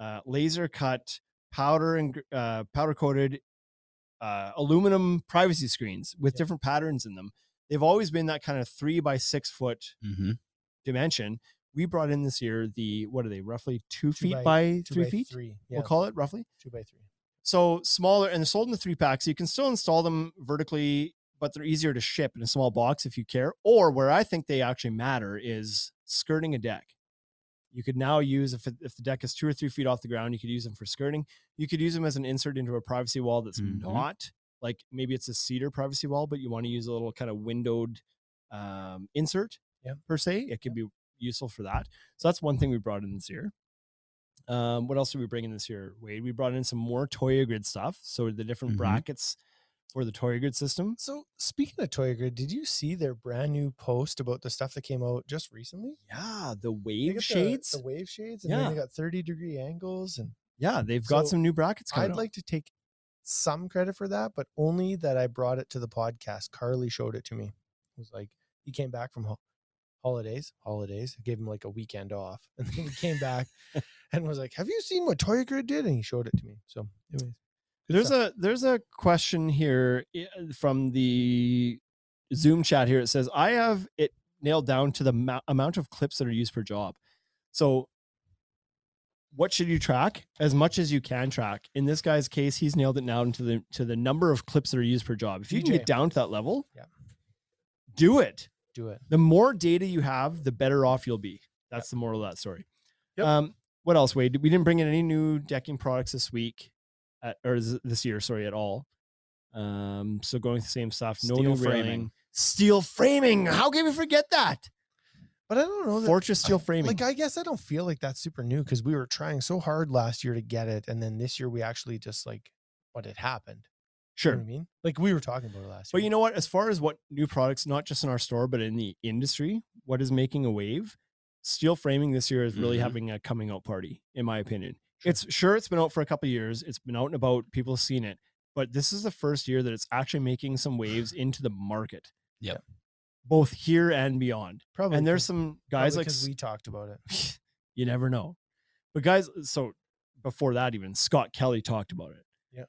Speaker 2: uh, laser cut, powder and gr- uh, powder coated uh, aluminum privacy screens with
Speaker 4: Yeah.
Speaker 2: different patterns in them. They've always been that kind of three by six foot
Speaker 5: Mm-hmm.
Speaker 2: dimension. We brought in this year the, what are they, roughly two, feet by,
Speaker 4: by- two
Speaker 2: three
Speaker 4: by
Speaker 2: feet?
Speaker 4: Three. Yeah,
Speaker 2: We'll call it roughly.
Speaker 4: two by three.
Speaker 2: So smaller, and they're sold in the three packs. You can still install them vertically, but they're easier to ship in a small box if you care. Or where I think they actually matter is skirting a deck. You could now use if, it, if the deck is
Speaker 4: Mm-hmm.
Speaker 2: two or three feet off the ground, you could use them for skirting. You could use them as an insert into a privacy wall that's
Speaker 5: Mhm.
Speaker 2: not like maybe it's a cedar privacy wall, but you want to use a little kind of windowed um, insert
Speaker 4: Yeah.
Speaker 2: per se. It could be useful for that. So that's one thing we brought in this year. Um, what else did we bring in this year, Wade? We brought in some more Toya Grid stuff. So the different
Speaker 5: Mhm.
Speaker 2: brackets for the Toya Grid system.
Speaker 4: So speaking of Toy Grid, did you see their brand new post about the stuff that came out just recently?
Speaker 2: Yeah, the
Speaker 4: They got
Speaker 2: wave
Speaker 4: the-
Speaker 2: shades.
Speaker 4: the, wave shades, and then they got thirty degree angles. And
Speaker 2: yeah, they've got
Speaker 4: So,
Speaker 2: some new brackets coming.
Speaker 4: I'd
Speaker 2: out.
Speaker 4: like to take some credit for that, but only that I brought it to the podcast. Carly showed it to me. It was like he came back from ho- holidays, holidays. I gave him like a weekend off, and then he came back and was like, "Have you seen what Toy Grid did?" And he showed it to me. So, anyways, good
Speaker 2: There's
Speaker 4: stuff.
Speaker 2: a there's a question here i- from the Zoom chat here. It says I have it nailed down to the mou- amount of clips that are used per job. So what should you track? As much as you can track. In this guy's case, he's nailed it down to the to the number of clips that are used per job. If you can
Speaker 4: DJ.
Speaker 2: get down to that level,
Speaker 4: Yeah.
Speaker 2: do it.
Speaker 4: do it.
Speaker 2: The more data you have, the better off you'll be. That's the moral of that story.
Speaker 4: Yep.
Speaker 2: Um, what else, Wade? We didn't bring in any new decking products this week, at, or is it this year, sorry, at all. Um, so going with the same stuff. No
Speaker 5: Steel
Speaker 2: new
Speaker 5: framing.
Speaker 2: railing. Steel framing. How can we forget that?
Speaker 4: But I don't know. That,
Speaker 2: Fortress steel framing.
Speaker 4: Like I guess I don't feel like that's super new because we were trying so hard last year to get it, and then this year we actually just like what had happened. You know
Speaker 2: sure.
Speaker 4: what I mean, like we were talking about it last year.
Speaker 2: But you know what? As far as what new products, not just in our store, but in the industry, what is making a wave? Steel framing this year is really
Speaker 5: Mhm.
Speaker 4: Mm-hmm.
Speaker 2: having a coming out party, in my opinion. It's sure it's been out for a couple of years. It's been out and about. People have seen it, but this is the first year that it's actually making some waves into the market.
Speaker 5: Yep.
Speaker 2: Both here and beyond.
Speaker 4: probably
Speaker 2: And there's
Speaker 4: c-
Speaker 2: some guys
Speaker 4: probably
Speaker 2: like
Speaker 4: 'cause
Speaker 2: S-
Speaker 4: we talked about it.
Speaker 2: you never know. But guys, so before that, even Scott Kelly talked about it.
Speaker 4: Yeah.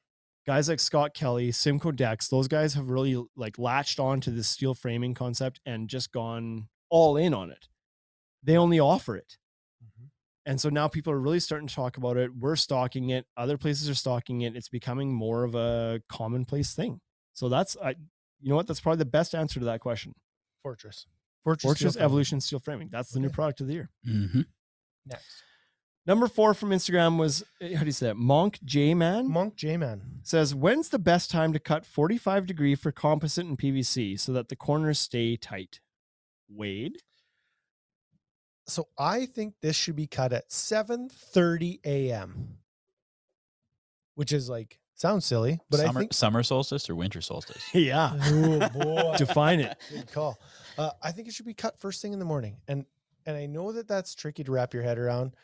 Speaker 2: Guys like Scott Kelly, Simco Dex, those guys have really like latched on to this steel framing concept and just gone all in on it. They only offer it.
Speaker 4: Mm-hmm.
Speaker 2: And so now people are really starting to talk about it. We're stocking it. Other places are stocking it. It's becoming more of a commonplace thing. So that's, I, you know what? That's probably the best answer to that question.
Speaker 4: Fortress. Fortress.
Speaker 2: Fortress
Speaker 4: Steel Fund.
Speaker 2: Evolution Steel Framing. That's the new
Speaker 4: Okay.
Speaker 2: product of the year.
Speaker 5: Mm-hmm.
Speaker 4: Next.
Speaker 2: Number four from Instagram was eh, how do you say that? Monk J Man
Speaker 4: Monk J Man.
Speaker 2: says, "When's the best time to cut 45 degree for composite and PVC so that the corners stay tight?" Wade,
Speaker 4: So I think this should be cut at 7:30 a.m. Which is like sounds silly, but
Speaker 5: summer,
Speaker 4: I think
Speaker 5: summer solstice or winter solstice.
Speaker 2: yeah,
Speaker 4: oh boy.
Speaker 2: define it.
Speaker 4: Good call. Uh, I think it should be cut first thing in the morning, and and I know that that's tricky to wrap your head around.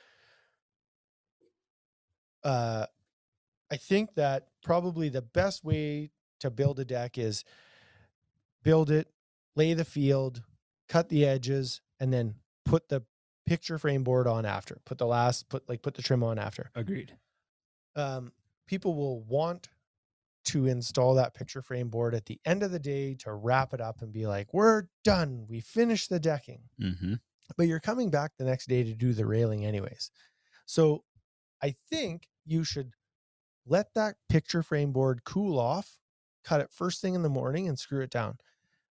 Speaker 4: Uh, I think that probably the best way to build a deck is build it, lay the field, cut the edges, and then put the picture frame board on after. Put the last put like put the trim on after
Speaker 2: Agreed.
Speaker 4: um, people will want to install that picture frame board at the end of the day to wrap it up and be like, we're done. We finished the decking.
Speaker 5: Mm-hmm.
Speaker 4: But you're coming back the next day to do the railing, anyways. So I think you should let that picture frame board cool off, cut it first thing in the morning, and screw it down.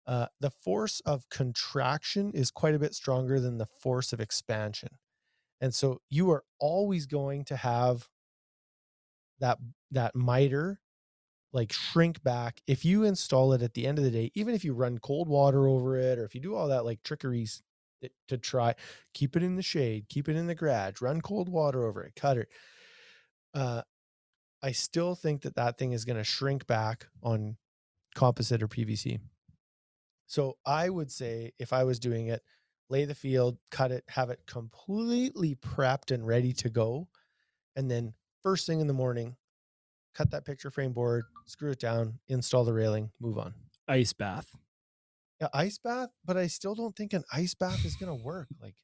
Speaker 4: Uh, the force of contraction is quite a bit stronger than the force of expansion. And so you are always going to have that that miter like shrink back if you install it at the end of the day even if you run cold water over it or if you do all that like trickery it- to try keep it in the shade keep it in the garage run cold water over it cut it uh i still think that that thing is going to shrink back on composite or pvc so i would say if i was doing it lay the field cut it have it completely prepped and ready to go and then first thing in the morning cut that picture frame board screw it down install the railing move on
Speaker 2: Ice bath.
Speaker 4: yeah, ice bath, but I still don't think an ice bath is gonna work. Like,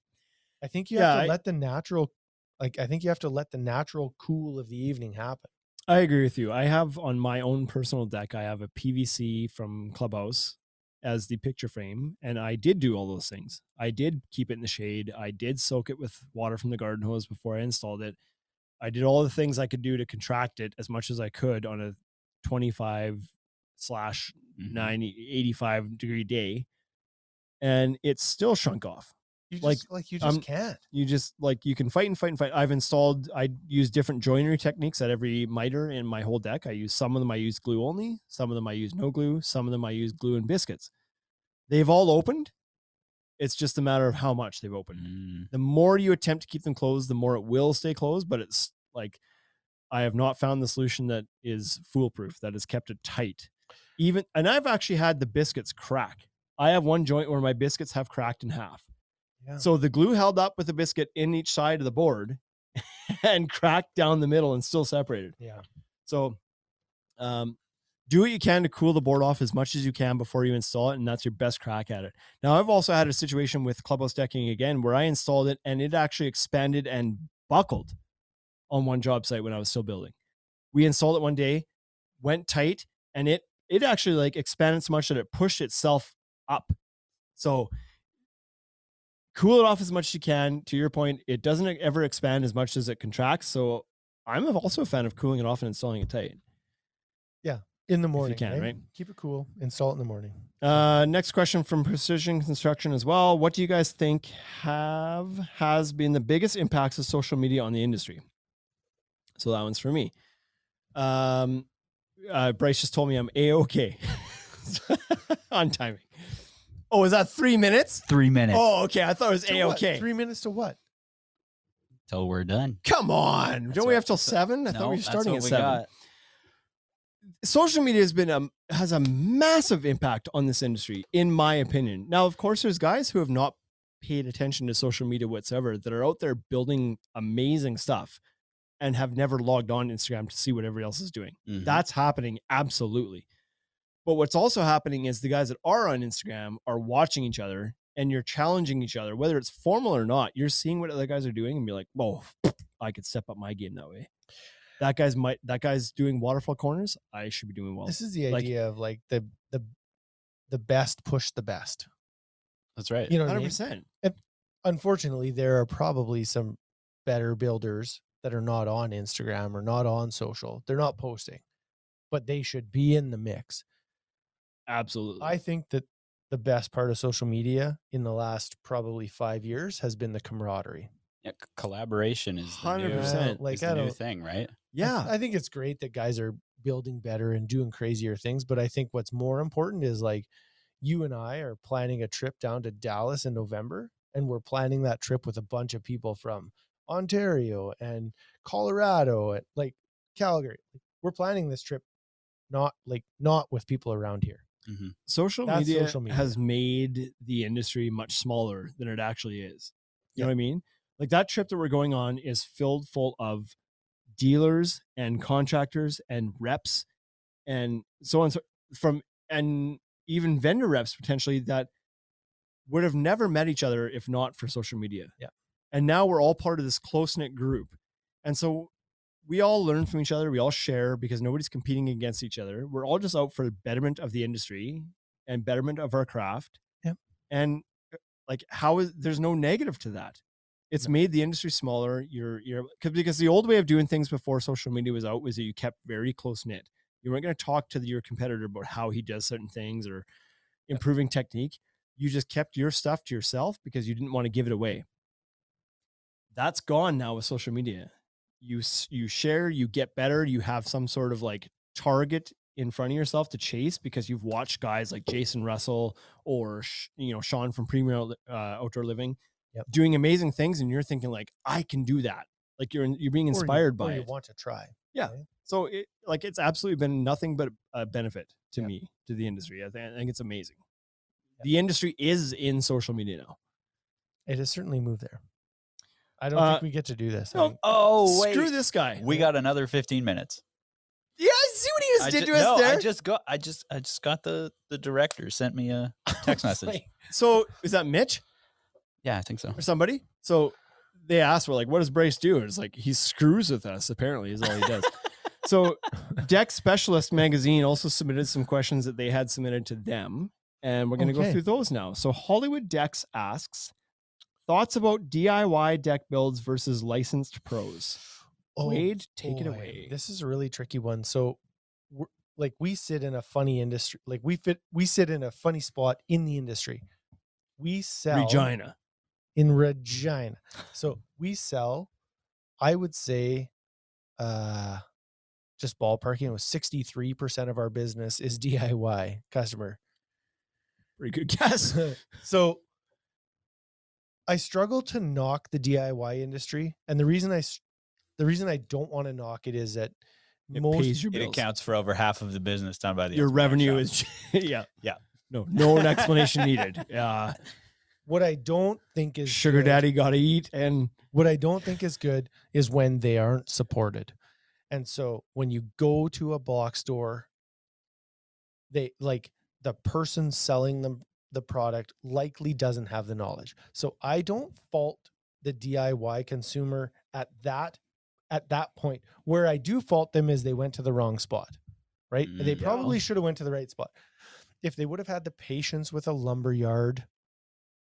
Speaker 4: I think you
Speaker 2: Yeah,
Speaker 4: have to
Speaker 2: I-
Speaker 4: let the natural, like, I think you have to let the natural cool of the evening happen.
Speaker 2: I agree with you. I have on my own personal deck, I have a PVC from Clubhouse as the picture frame, and I did do all those things. I did keep it in the shade. I did soak it with water from the garden hose before I installed it. I did all the things I could do to contract it as much as I could on a 25 slash
Speaker 5: Mm-hmm.
Speaker 2: 90, 85 degree day, and it still shrunk off.
Speaker 4: You just,
Speaker 2: Like,
Speaker 4: like, you just
Speaker 2: um,
Speaker 4: can't.
Speaker 2: You just like you can fight and fight and fight. I've installed. I use different joinery techniques at every miter in my whole deck. I use some of them. I use glue only. Some of them I use no glue. Some of them I use glue and biscuits. They've all opened. It's just a matter of how much they've opened.
Speaker 5: Mm.
Speaker 2: the more you attempt to keep them closed, the more it will stay closed. But it's like I have not found the solution that is foolproof that has kept it tight. Even and I've actually had the biscuits crack. I have one joint where my biscuits have cracked in half.
Speaker 4: Yeah.
Speaker 2: So the glue held up with the biscuit in each side of the board and cracked down the middle and still separated.
Speaker 4: Yeah.
Speaker 2: So um, do what you can to cool the board off as much as you can before you install it, and that's your best crack at it. Now, I've also had a situation with clubhouse decking again where I installed it and it actually expanded and buckled on one job site when I was still building. We installed it one day, went tight, and it it actually like expanded so much that it pushed itself up. So cool it off as much as you can. To your point, it doesn't e-, ever expand as much as it contracts. So I'm also a fan of cooling it off and installing it tight.
Speaker 4: In the morning.
Speaker 2: can,
Speaker 4: right?
Speaker 2: right?
Speaker 4: Keep it cool. Install it in the morning.
Speaker 2: Uh, next question from Precision Construction as well. What do you guys think have has been the biggest impacts of social media on the industry? So that one's for me. Um, uh, Bryce just told me I'm a okay on timing. Oh, is that three minutes?
Speaker 5: Three minutes
Speaker 2: Oh, okay. I thought it was
Speaker 4: To
Speaker 2: a
Speaker 4: what?
Speaker 2: okay.
Speaker 4: Three minutes to what?
Speaker 5: till we're done.
Speaker 2: Come on,
Speaker 5: That's
Speaker 2: don't we
Speaker 5: what-
Speaker 2: have till seven? I
Speaker 5: No,
Speaker 2: thought we were
Speaker 5: that's
Speaker 2: starting
Speaker 5: what
Speaker 2: at
Speaker 5: we
Speaker 2: seven.
Speaker 5: got.
Speaker 2: social media has been um has a massive impact on this industry in my opinion now of course there's guys who have not paid attention to social media whatsoever that are out there building amazing stuff and have never logged on instagram to see what everybody else is doing
Speaker 4: Mm-hmm.
Speaker 5: Mhm.
Speaker 2: that's happening absolutely but what's also happening is the guys that are on instagram are watching each other and you're challenging each other whether it's formal or not you're seeing what other guys are doing and be like whoa i could step up my game that way that guy's might that guy's doing waterfall corners i should be doing well
Speaker 4: This is the
Speaker 2: like-
Speaker 4: idea of like the the the best push the best.
Speaker 5: That's right.
Speaker 4: You know what I mean?
Speaker 2: 100%
Speaker 4: Unfortunately, there are probably some better builders that are not on Instagram or not on social. They're not posting, but they should be in the mix.
Speaker 2: absolutely
Speaker 4: I think that the best part of social media in the last probably five years has been the camaraderie.
Speaker 5: Yeah, c- collaboration is the new,
Speaker 2: 100%.
Speaker 5: is
Speaker 4: Like,
Speaker 5: the
Speaker 4: I
Speaker 5: new
Speaker 4: don't-
Speaker 5: thing, right?
Speaker 4: I th-
Speaker 2: yeah
Speaker 4: I, think it's great that guys are building better and doing crazier things, but I think what's more important is like you and I are planning a trip down to Dallas in November, and we're planning that trip with a bunch of people from Ontario and Colorado and like Calgary. We're planning this trip not like not with people around here.
Speaker 2: social
Speaker 4: That's
Speaker 2: media,
Speaker 4: social media.
Speaker 2: has made the industry much smaller than it actually is. You know what I mean? Like that trip that we're going on is filled full of dealers and contractors and reps and so on and so from and even vendor reps potentially that would have never met each other if not for social media.
Speaker 4: Yeah.
Speaker 2: And now we're all part of this close knit group. And so we all learn from each other. We all share because nobody's competing against each other. We're all just out for the betterment of the industry and betterment of our craft.
Speaker 4: Yep.
Speaker 2: And uh, like, how is there's no negative to that? It's made the industry smaller. You're you're 'cause- because the old way of doing things before social media was out was that you kept very close knit. You weren't going to talk to your competitor about how he does certain things or improving technique. You just kept your stuff to yourself because you didn't want to give it away. That's gone now with social media you s- you share you get better you have some sort of like target in front of yourself to chase because you've watched guys like Jason Russell or Sh- you know Sean from Premier Outl- uh, Outdoor Living
Speaker 4: Yep.
Speaker 2: doing amazing things and you're thinking like I can do that like you're in- you're being
Speaker 4: Or you-
Speaker 2: inspired
Speaker 4: or
Speaker 2: by
Speaker 4: you
Speaker 2: it
Speaker 4: want to try.
Speaker 2: so it like it's absolutely been nothing but a benefit to me to
Speaker 5: Mm-hmm.
Speaker 2: the industry I, th- I think it's amazing the industry is in social media now
Speaker 4: It has certainly moved there. I don't
Speaker 2: Uh,
Speaker 4: think we get to do this. I think-
Speaker 5: Oh wait,
Speaker 2: screw this guy
Speaker 5: we got another fifteen minutes.
Speaker 2: yeah see what he just
Speaker 5: I
Speaker 2: did
Speaker 5: ju-
Speaker 2: to us
Speaker 5: no,
Speaker 2: there
Speaker 5: I just got. I just. I just got the the director sent me a text message.
Speaker 2: so is that Mitch
Speaker 5: yeah, I think so.
Speaker 2: or somebody. So they asked, "Well, like, what does Brace do?" And it's like he screws with us. Apparently, is all he does. so, Deck Specialist Magazine also submitted some questions that they had submitted to them, and we're going to go
Speaker 4: Okay.
Speaker 2: through those now. So, Hollywood Dex asks, "Thoughts about DIY deck builds versus licensed pros?"
Speaker 4: Oh,
Speaker 2: Wade, take it
Speaker 4: boy,
Speaker 2: away.
Speaker 4: This is a really tricky one. So, we're, like, we sit in a funny industry. Like, we fit. We sit in a funny spot in the industry. We sell
Speaker 2: Regina.
Speaker 4: in Regina. So we sell, I would say, uh, just ballparking, it was 63% of our business is DIY customer.
Speaker 2: Pretty good guess.
Speaker 4: so I struggle to knock the DIY industry, and the reason I, s- the reason I don't want to knock it is that
Speaker 2: It
Speaker 4: most
Speaker 2: pays your
Speaker 5: It
Speaker 2: bills.
Speaker 5: accounts for over half of the business done by the
Speaker 2: Your
Speaker 5: Ultimate
Speaker 2: revenue
Speaker 5: Shop.
Speaker 2: is yeah
Speaker 5: Yeah.
Speaker 2: No, no an explanation needed. Yeah,
Speaker 4: what I don't think is
Speaker 2: sugar
Speaker 4: good-
Speaker 2: daddy got to eat, and
Speaker 4: What I don't think is good is when they aren't supported. And so when you go to a box store, they like the person selling them the product likely doesn't have the knowledge. So I don't fault the DIY consumer at that at that point. Where I do fault them is they went to the wrong spot. Right? They
Speaker 5: Mm.
Speaker 2: Yeah.
Speaker 4: probably should have went to the right spot. If they would have had the patience with a lumber yard,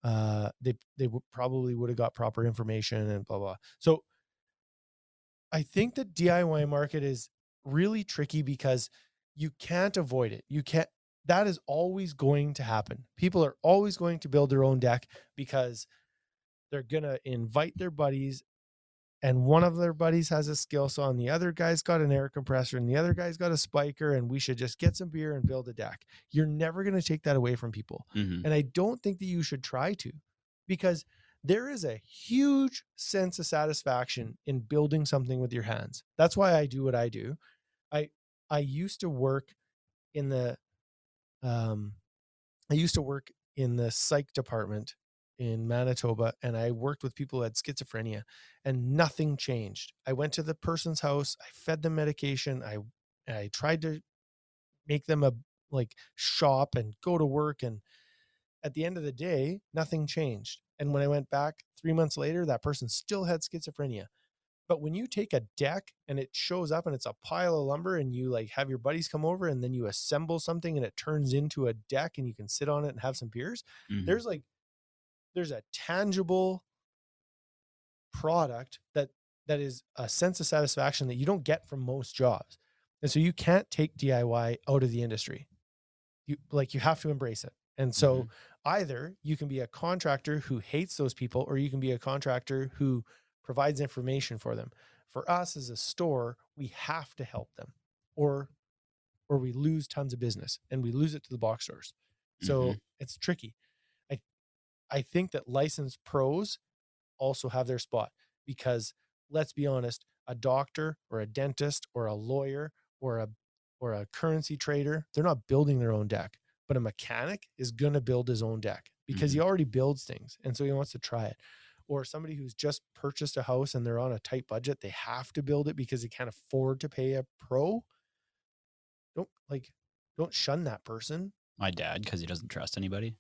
Speaker 4: uh, they they would probably would have got proper information and blah blah. So I think the DIY market is really tricky because you can't avoid it. You can't that is always going to happen. People are always going to build their own deck because they're going to invite their buddies and one of their buddies has a skill saw and the other guy's got an air compressor and the other guy's got a spiker and we should just get some beer and build a deck. You're never going to take that away from people.
Speaker 5: Mhm.
Speaker 4: And I don't think that you should try to because there is a huge sense of satisfaction in building something with your hands. That's why I do what I do. I I used to work in the um I used to work in the psych department in Manitoba and I worked with people who had schizophrenia and nothing changed. I went to the person's house, I fed them medication, I I tried to make them a like shop and go to work and at the end of the day, nothing changed. And when I went back three months later, that person still had schizophrenia. But when you take a deck and it shows up and it's a pile of lumber and you like have your buddies come over and then you assemble something and it turns into a deck and you can sit on it and have some beers,
Speaker 5: Mhm.
Speaker 4: there's like there's a tangible product that that is a sense of satisfaction that you don't get from most jobs. And so you can't take DIY out of the industry. You like you have to embrace it. And so
Speaker 5: Mhm.
Speaker 4: either you can be a contractor who hates those people or you can be a contractor who provides information for them. For us as a store, we have to help them or or we lose tons of business and we lose it to the box stores. So
Speaker 5: Mhm.
Speaker 4: it's tricky. I I think that licensed pros also have their spot because let's be honest, a doctor or a dentist or a lawyer or a or a currency trader, they're not building their own deck. But a mechanic is gonna build his own deck because
Speaker 5: Mm-hmm.
Speaker 4: he already builds things and so he wants to try it. Or somebody who's just purchased a house and they're on a tight budget, they have to build it because they can't afford to pay a pro. Don't like don't shun that person.
Speaker 5: my dad because he doesn't trust anybody.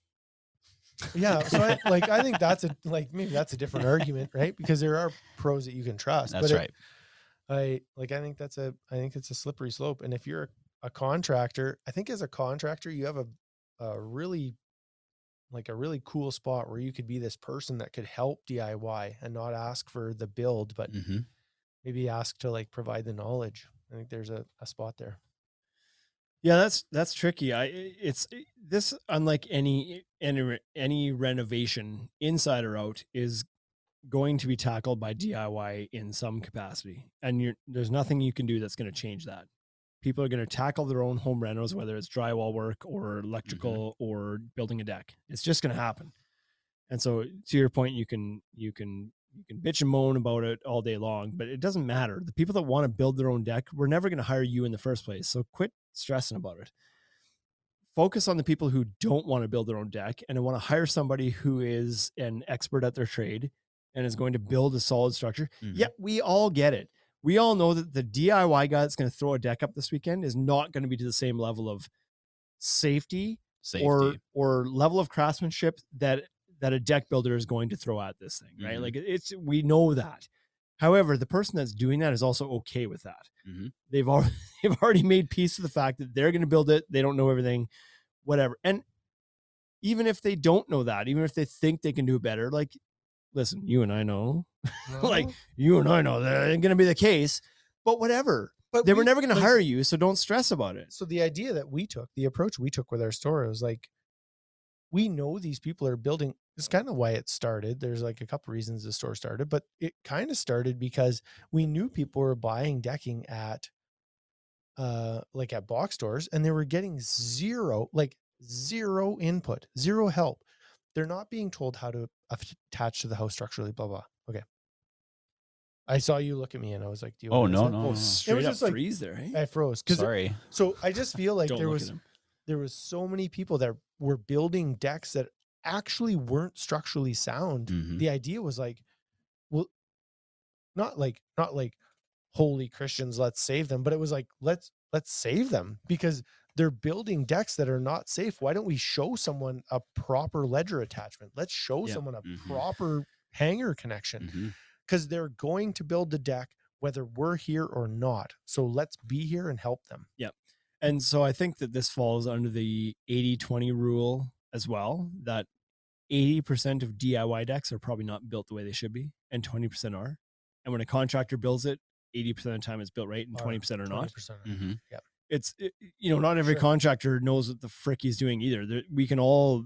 Speaker 4: Yeah, so I, like I think that's a like maybe that's a different argument, right? Because there are pros that you can trust.
Speaker 5: That's
Speaker 4: it-
Speaker 5: right.
Speaker 4: I like I think that's a I think it's a slippery slope. And if you're a contractor, I think as a contractor you have a a really like a really cool spot where you could be this person that could help DIY and not ask for the build, but
Speaker 5: hmm
Speaker 4: maybe ask to like provide the knowledge. I think there's a, a spot there.
Speaker 2: yeah, that's that's tricky. I it's this unlike any any re- any renovation inside or out is going to be tackled by DIY in some capacity, and you're, there's nothing you can do that's going to change that. People are going to tackle their own home renos, whether it's drywall work or electrical or building a deck. It's just going to happen. And so, to your point, you can you can you can bitch and moan about it all day long, but it doesn't matter. The people that want to build their own deck, we're never going to hire you in the first place. So quit stressing about it. Focus on the people who don't want to build their own deck and want to hire somebody who is an expert at their trade and is going to build a solid structure.
Speaker 5: Mm-hmm.
Speaker 2: Yeah, we all get it. We all know that the DIY guy that's going to throw a deck up this weekend is not going to be to the same level of safety
Speaker 5: Safety.
Speaker 2: or or level of craftsmanship that that a deck builder is going to throw at this thing, right?
Speaker 4: Mm-hmm.
Speaker 5: Mhm.
Speaker 2: Like it- it's we know that. However, the person that's doing that is also okay with that.
Speaker 4: Mm-hmm.
Speaker 5: Mhm.
Speaker 2: They've already they've already made peace with the fact that they're going to build it. They don't know everything, whatever. And even if they don't know that, even if they think they can do better, like listen, you and I know, Like, you and I know that ain't going to be the case. But whatever,
Speaker 4: but
Speaker 2: they were never going to hire you, so don't stress about it.
Speaker 4: so the idea that we took the approach we took with our store was like we know these people are building it's kind of why it started. There's like a couple reasons the store started, but it kind of started because we knew people were buying decking at uh like at box stores and they were getting zero like zero input, zero help. They're not being told how to af- attach to the house structurally, blah blah. Okay. I saw you look at me and I was like, "Do you?"
Speaker 5: Oh
Speaker 4: wanna
Speaker 5: no,
Speaker 4: answer?
Speaker 5: no, no,
Speaker 2: Oh,
Speaker 5: no.
Speaker 2: straight
Speaker 4: was
Speaker 2: up
Speaker 4: just like-
Speaker 2: freeze there. eh?
Speaker 4: I froze because
Speaker 5: Sorry.
Speaker 4: so I just feel like
Speaker 2: Don't
Speaker 4: there
Speaker 2: look
Speaker 4: was
Speaker 2: at him.
Speaker 4: there was so many people that were building decks that actually weren't structurally sound
Speaker 2: Mm-hmm.
Speaker 5: Mhm.
Speaker 4: the idea was like well not like not like holy christians let's save them but it was like let's let's save them because they're building decks that are not safe why don't we show someone a proper ledger attachment let's show
Speaker 2: Yeah. Mm-hmm. Mm.
Speaker 4: someone a
Speaker 5: Mhm.
Speaker 4: proper hanger connection
Speaker 5: Mhm.
Speaker 4: because they're going to build the deck whether we're here or not so let's be here and help them
Speaker 2: And so I think that this falls under the 80 20 rule as well that 80% of DIY decks are probably not built the way they should be, and 20% are. And when a contractor builds it, 80% of the time it's built right and
Speaker 4: Are
Speaker 2: 20% are not.
Speaker 4: 20% are-
Speaker 5: Mhm.
Speaker 2: It's, it- you know, not every
Speaker 4: Sure.
Speaker 2: contractor knows what the frick he's doing either. There- We can all,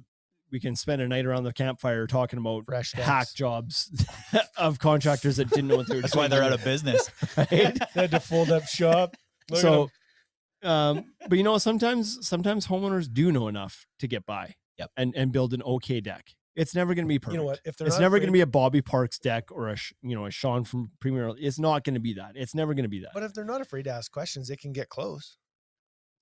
Speaker 2: we can spend a night around the campfire talking about
Speaker 4: fresh
Speaker 2: hack
Speaker 4: decks.
Speaker 2: jobs of contractors that didn't know what they were doing.
Speaker 5: That's why they're out of business.
Speaker 2: Right?
Speaker 4: They had to fold up shop. Look at
Speaker 2: so,
Speaker 4: 'em.
Speaker 2: um, but you know, sometimes sometimes homeowners do know enough to get by.
Speaker 5: Yep.
Speaker 2: And and build an okay deck. It's never going to be perfect.
Speaker 4: you know what? If they're
Speaker 2: It's
Speaker 4: not
Speaker 2: never going to
Speaker 4: afraid-
Speaker 2: be a Bobby Parks deck or a Sh- you know a Sean from Premier. It's not going to be that. It's never going to be that.
Speaker 4: But if they're not afraid to ask questions, they can get close.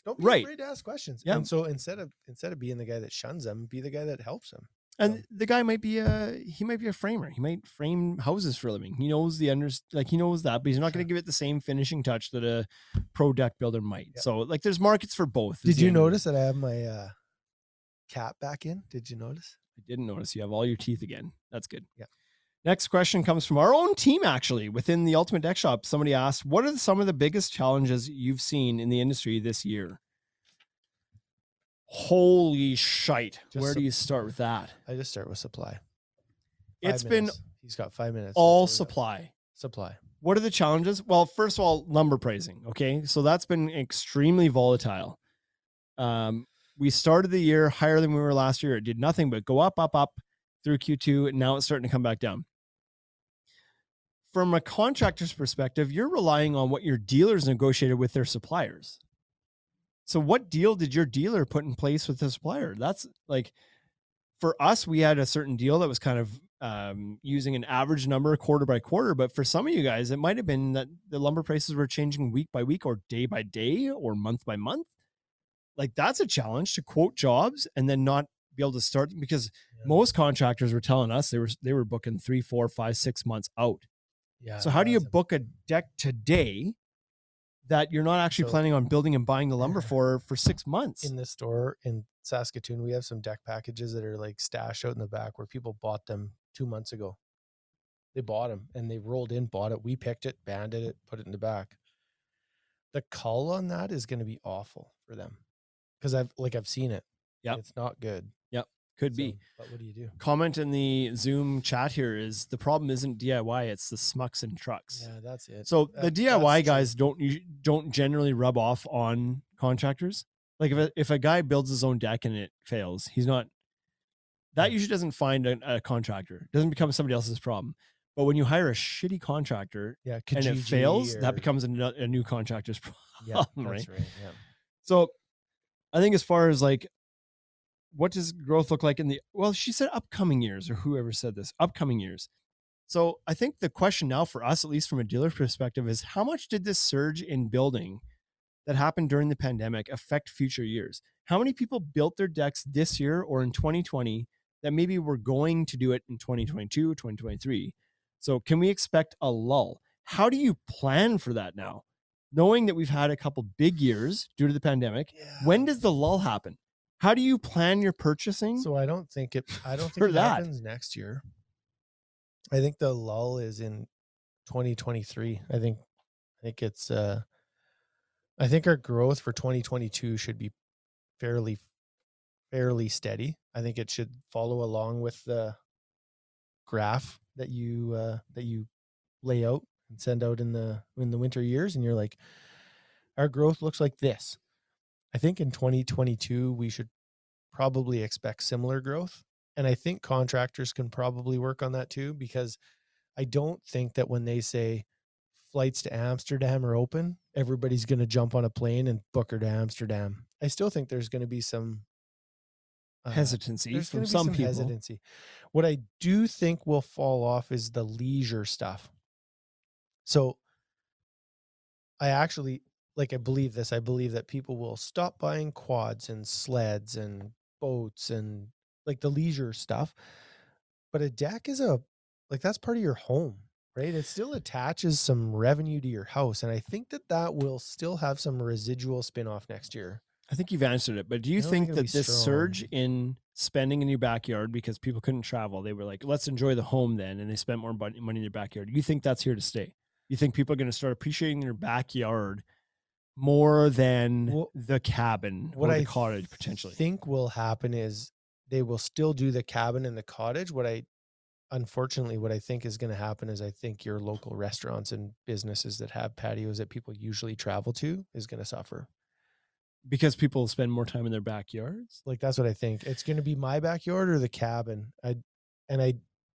Speaker 4: Don't be
Speaker 2: Right.
Speaker 4: afraid to ask questions.
Speaker 2: Yeah.
Speaker 4: And so instead of instead of being the guy that shuns them, be the guy that helps them.
Speaker 2: and the guy might be a he might be a framer. He might frame houses for a living. He knows the under like he knows that, but he's not going to
Speaker 4: Sure.
Speaker 2: give it the same finishing touch that a pro deck builder might.
Speaker 4: Yeah.
Speaker 2: So like, there's markets for both. is
Speaker 4: Did
Speaker 2: the
Speaker 4: you
Speaker 2: end of it.
Speaker 4: notice that I have my uh, cap back in? Did you notice?
Speaker 2: I didn't notice you have all your teeth again. That's good.
Speaker 4: Yeah.
Speaker 2: Next question comes from our own team, actually, within the Ultimate Deck Shop. Somebody asked, What are some of the biggest challenges you've seen in the industry this year? Holy shite.
Speaker 4: Just
Speaker 2: Where
Speaker 4: sup-
Speaker 2: do you start with that?
Speaker 4: I just start with supply.
Speaker 2: It's
Speaker 4: It's
Speaker 2: been
Speaker 4: he's got five minutes. That's
Speaker 2: all
Speaker 4: we got.
Speaker 2: supply.
Speaker 4: Supply.
Speaker 2: What are the challenges? Well, first of all, lumber pricing. Okay. So that's been extremely volatile. Um, we started the year higher than we were last year. It did nothing but go up, up, up through Q2. And now it's starting to come back down. From a contractor's perspective, you're relying on what your dealers negotiated with their suppliers. So, what deal did your dealer put in place with the supplier? That's like for us, we had a certain deal that was kind of um, using an average number quarter by quarter. But for some of you guys, it might have been that the lumber prices were changing week by week or day by day or month by month. Like that's a challenge to quote jobs and then not be able to start because
Speaker 4: Yeah.
Speaker 2: most contractors were telling us they were they were booking three, four, five, six months out.
Speaker 4: Yeah.
Speaker 2: So how do you
Speaker 4: that's a-
Speaker 2: book a deck today that you're not actually
Speaker 4: So-
Speaker 2: planning on building and buying the lumber for for six months?
Speaker 4: in the store in Saskatoon, we have some deck packages that are like stashed out in the back where people bought them two months ago. They bought them and they rolled in, bought it. We picked it, banded it, put it in the back. The call on that is going to be awful for them because I've like I've seen it.
Speaker 2: Yep.
Speaker 4: it's not good.
Speaker 2: Could be.
Speaker 4: so- but what do you do?
Speaker 2: comment in the Zoom chat here is the problem isn't DIY, it's the smucks and trucks.
Speaker 4: Yeah, that's it.
Speaker 2: So the
Speaker 4: That-
Speaker 2: DIY
Speaker 4: that's true.
Speaker 2: guys don't usu- don't generally rub off on contractors. Like if a, if a guy builds his own deck and it fails, he's not that usually doesn't find a, a contractor. Doesn't become somebody else's problem. But when you hire a shitty contractor
Speaker 4: yeah,
Speaker 2: and it
Speaker 4: Kijiji
Speaker 2: fails,
Speaker 4: or-
Speaker 2: that becomes a, no- a new contractor's problem.
Speaker 4: yeah,
Speaker 2: right?
Speaker 4: that's right. Yeah.
Speaker 2: So I think as far as like what does growth look like in the well, she said upcoming years or whoever said this, upcoming years. So I think the question now for us, at least from a dealer perspective, is how much did this surge in building that happened during the pandemic affect future years? How many people built their decks this year or in 2020 that maybe were going to do it in 2022, 2023? So can we expect a lull? How do you plan for that now? Knowing that we've had a couple big years due to the pandemic,
Speaker 4: yeah.
Speaker 2: when does the lull happen? How do you plan your purchasing?
Speaker 4: So I don't think it. I don't
Speaker 2: for
Speaker 4: think it
Speaker 2: that.
Speaker 4: happens next year. I think the lull is in 2023. I think. I think it's. uh I think our growth for 2022 should be fairly, fairly steady. I think it should follow along with the graph that you uh, that you lay out and send out in the in the winter years, and you're like, our growth looks like this. I think in 2022 we should probably expect similar growth And I think contractors can probably work on that too, because I don't think that when they say flights to Amsterdam are open, everybody's going to jump on a plane and book her to Amsterdam. I still think there's going to be some uh,
Speaker 2: hesitancy
Speaker 4: there's
Speaker 2: from
Speaker 4: gonna be
Speaker 2: some, people.
Speaker 4: hesitancy. What I do think will fall off is the leisure stuff. So I actually like I believe this. I believe that people will stop buying quads and sleds and boats and like the leisure stuff. But a deck is a like that's part of your home, right? It still attaches some revenue to your house and I think that that will still have some residual spin-off next year.
Speaker 2: I think you've answered it, but do you
Speaker 4: I don't
Speaker 2: think
Speaker 4: think it'll
Speaker 2: that
Speaker 4: be
Speaker 2: this surge
Speaker 4: strong.
Speaker 2: in spending in your backyard because people couldn't travel, they were like, let's enjoy the home then, and they spent more bun- money in their backyard. You think that's here to stay? You think people are going to start appreciating their backyard more than
Speaker 4: Well,
Speaker 2: the cabin
Speaker 4: what
Speaker 2: or
Speaker 4: I
Speaker 2: the cottage potentially?
Speaker 4: think will happen is they will still do the cabin and the cottage. What I unfortunately what I think is going to happen is I think your local restaurants and businesses that have patios that people usually travel to is going to suffer.
Speaker 2: because people spend more time in their backyards?
Speaker 4: Like that's what I think. It's going to be my backyard or the cabin. I and I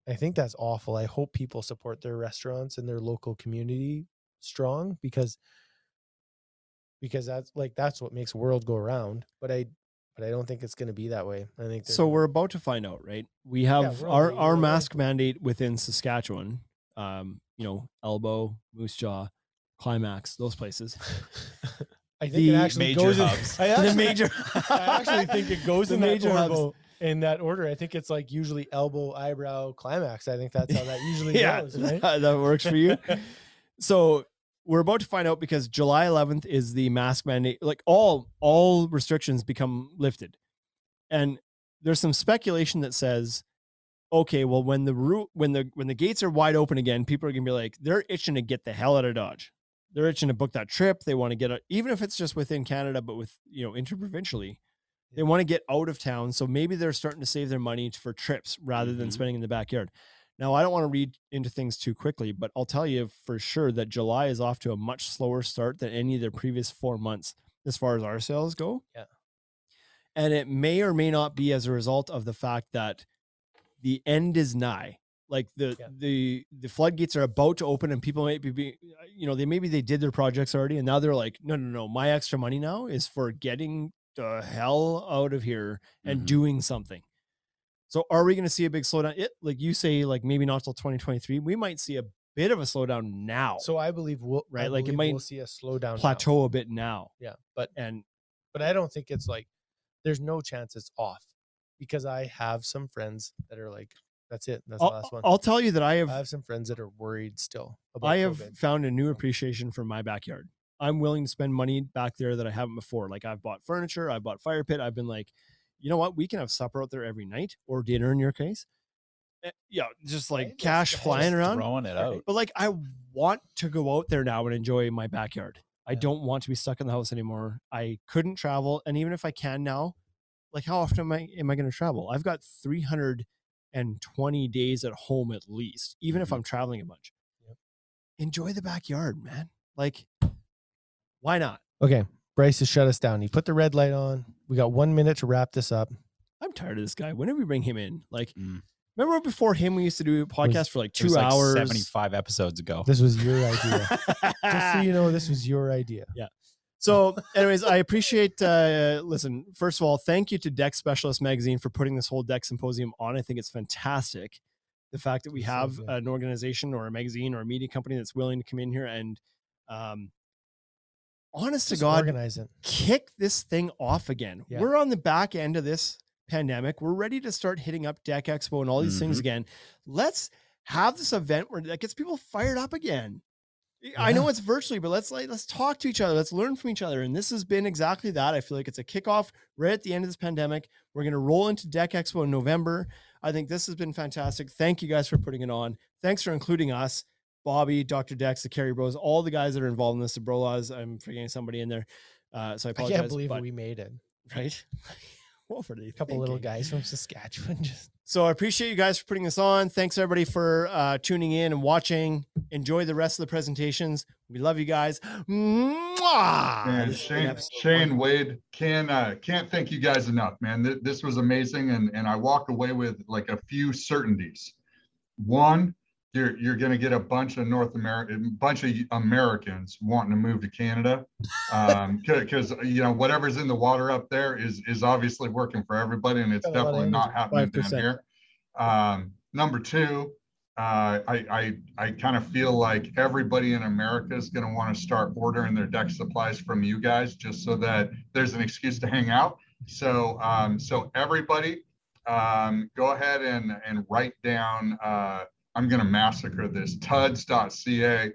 Speaker 4: I think that's awful. I hope people support their restaurants and their local community strong because because that's like that's what makes the world go around. But I but I don't think it's going to be that way. I think they're
Speaker 2: So
Speaker 4: gonna-
Speaker 2: we're about to find out, right? We have
Speaker 4: we're on
Speaker 2: our,
Speaker 4: the-
Speaker 2: our
Speaker 4: we're on-
Speaker 2: mask mandate within Saskatchewan, um, you know, Elbow, Moose Jaw, Climax, those places.
Speaker 4: I think
Speaker 2: the
Speaker 4: it actually
Speaker 5: major
Speaker 4: goes
Speaker 5: hubs.
Speaker 4: in. I actually,
Speaker 2: the major,
Speaker 4: I actually think it goes
Speaker 2: The
Speaker 4: in that
Speaker 2: major hubs.
Speaker 4: order. In that order, I think it's like usually elbow, eyebrow, climax. I think that's how that usually
Speaker 2: yeah,
Speaker 4: goes, right?
Speaker 2: that, that works for you. so we're about to find out because July 11th is the mask mandate. Like all all restrictions become lifted, and there's some speculation that says, okay, well when the root when the when the gates are wide open again, people are gonna be like they're itching to get the hell out of Dodge. They're itching to book that trip. They want to get out, even if it's just within Canada, but with you know interprovincially, they want to get out of town. So maybe they're starting to save their money for trips rather than
Speaker 5: Mhm.
Speaker 2: spending in the backyard. Now, I don't want to read into things too quickly, but I'll tell you for sure that July is off to a much slower start than any of the previous four months as far as our sales go.
Speaker 4: Yeah.
Speaker 2: And it may or may not be as a result of the fact that the end is nigh. Like the
Speaker 4: Yeah.
Speaker 2: the the floodgates are about to open, and people may be, be, uh, you know, they maybe they did their projects already, and now they're like, no, no, no, my extra money now is for getting the hell out of here and
Speaker 4: Mm-hmm.
Speaker 5: Mhm.
Speaker 2: doing something. So are we going to see a big slowdown? It like you say, like maybe not till 2023. We might see a bit of a slowdown now,
Speaker 4: So I believe we'll I
Speaker 2: Right, like, it
Speaker 4: believe
Speaker 2: might
Speaker 4: we'll see a slowdown now.
Speaker 2: plateau a bit now,
Speaker 4: Yeah, but
Speaker 2: and
Speaker 4: but I don't think it's like there's no chance it's off because I have some friends that are like that's it. That's the
Speaker 2: I'll,
Speaker 4: last one.
Speaker 2: I'll tell you that I have
Speaker 4: I have some friends that are worried still about
Speaker 2: I have
Speaker 4: COVID.
Speaker 2: found a new appreciation for my backyard. I'm willing to spend money back there that I haven't before. Like I've bought furniture, I've bought fire pit. I've been like, you know what? We can have supper out there every night or dinner in your case. Eh, Yeah, just like
Speaker 4: Right? That's-
Speaker 2: cash
Speaker 4: that's
Speaker 2: flying around.
Speaker 5: throwing it out.
Speaker 2: But like, I want to go out there now and enjoy my backyard. I
Speaker 4: Yeah.
Speaker 2: don't want to be stuck in the house anymore. I couldn't travel, and even if I can now, like, how often am I am I going to travel? I've got 320 days at home at least, even if
Speaker 5: Mhm.
Speaker 2: I'm traveling a bunch.
Speaker 4: Yep.
Speaker 2: Enjoy the backyard, man. Like, why not?
Speaker 4: Okay. Bryce has shut us down. He put the red light on. We got one minute to wrap this up.
Speaker 2: I'm tired of this guy. Whenever we bring him in, like,
Speaker 5: Mm.
Speaker 2: remember before him, we used to do a podcast for like
Speaker 5: It
Speaker 2: two
Speaker 5: was like
Speaker 2: hours.
Speaker 5: 75 episodes ago.
Speaker 4: This was your idea. Just so you know, this was your idea.
Speaker 2: So, anyways, I appreciate. Uh, listen, first of all, thank you to Deck Specialist Magazine for putting this whole deck symposium on. I think it's fantastic. The fact that we
Speaker 4: It's so
Speaker 2: have
Speaker 4: good.
Speaker 2: an organization or a magazine or a media company that's willing to come in here and, um, honest to
Speaker 4: Just
Speaker 2: God,
Speaker 4: organize it.
Speaker 2: kick this thing off again.
Speaker 4: Yeah.
Speaker 2: We're on the back end of this pandemic. We're ready to start hitting up Deck Expo and all these things
Speaker 4: Mm-hmm.
Speaker 5: Mhm.
Speaker 2: again. Let's have this event where that gets people fired up again. Y- I know
Speaker 4: Yeah.
Speaker 2: it's virtually, but let's like let's talk to each other. Let's learn from each other. And this has been exactly that. I feel like it's a kickoff right at the end of this pandemic. We're gonna roll into Deck Expo in November. I think this has been fantastic. Thank you guys for putting it on. Thanks for including us, Bobby, Dr. Dex, the Carry Bros, all the guys that are involved in this, the Brolas. I'm forgetting somebody in there. Uh, so I
Speaker 4: I
Speaker 2: apologize.
Speaker 4: can't believe
Speaker 2: but-
Speaker 4: we made it.
Speaker 2: right? what were they?
Speaker 4: A couple little
Speaker 2: thinking?
Speaker 4: guys from Saskatchewan just
Speaker 2: So I appreciate you guys for putting this on. Thanks everybody for uh, tuning in and watching. Enjoy the rest of the presentations. We love you guys. Mwah!
Speaker 1: And
Speaker 2: This has been
Speaker 1: Shane,
Speaker 2: episode
Speaker 1: Shane
Speaker 2: one.
Speaker 1: Wade, can uh, can't thank you guys enough, man. Th- this was amazing, and and I walked away with like a few certainties. One, you're you're gonna get a bunch of North American, bunch of Americans wanting to move to Canada, because you know whatever's in the water up there is is obviously working for everybody, and it's
Speaker 4: Got a lot of
Speaker 1: definitely not happening down
Speaker 4: 5%.
Speaker 1: here. Um, number two, uh, I, I, I kind of feel like everybody in America is going to want to start ordering their deck supplies from you guys just so that there's an excuse to hang out. So, um, so everybody, um, go ahead and, and write down, uh, I'm going to massacre this, tuds.ca,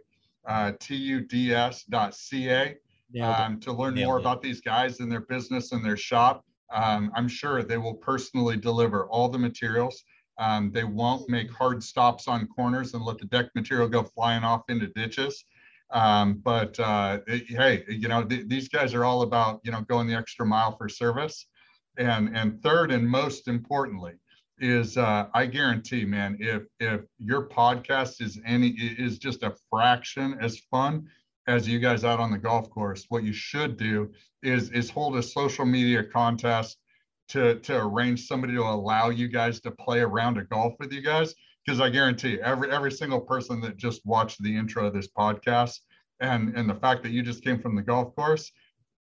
Speaker 1: uh, tuds.ca
Speaker 2: Nailed it.
Speaker 1: um, to learn
Speaker 5: Nailed
Speaker 1: more
Speaker 5: it.
Speaker 1: about these guys and their business and their shop. Um, I'm sure they will personally deliver all the materials. Um, they won't make hard stops on corners and let the deck material go flying off into ditches. Um, but uh, it- hey, you know th- these guys are all about you know going the extra mile for service. And and third and most importantly is uh, I guarantee, man, if if your podcast is any i- is just a fraction as fun as you guys out on the golf course, what you should do is is hold a social media contest to to arrange somebody to allow you guys to play a round of golf with you guys. Because I guarantee every every single person that just watched the intro of this podcast and and the fact that you just came from the golf course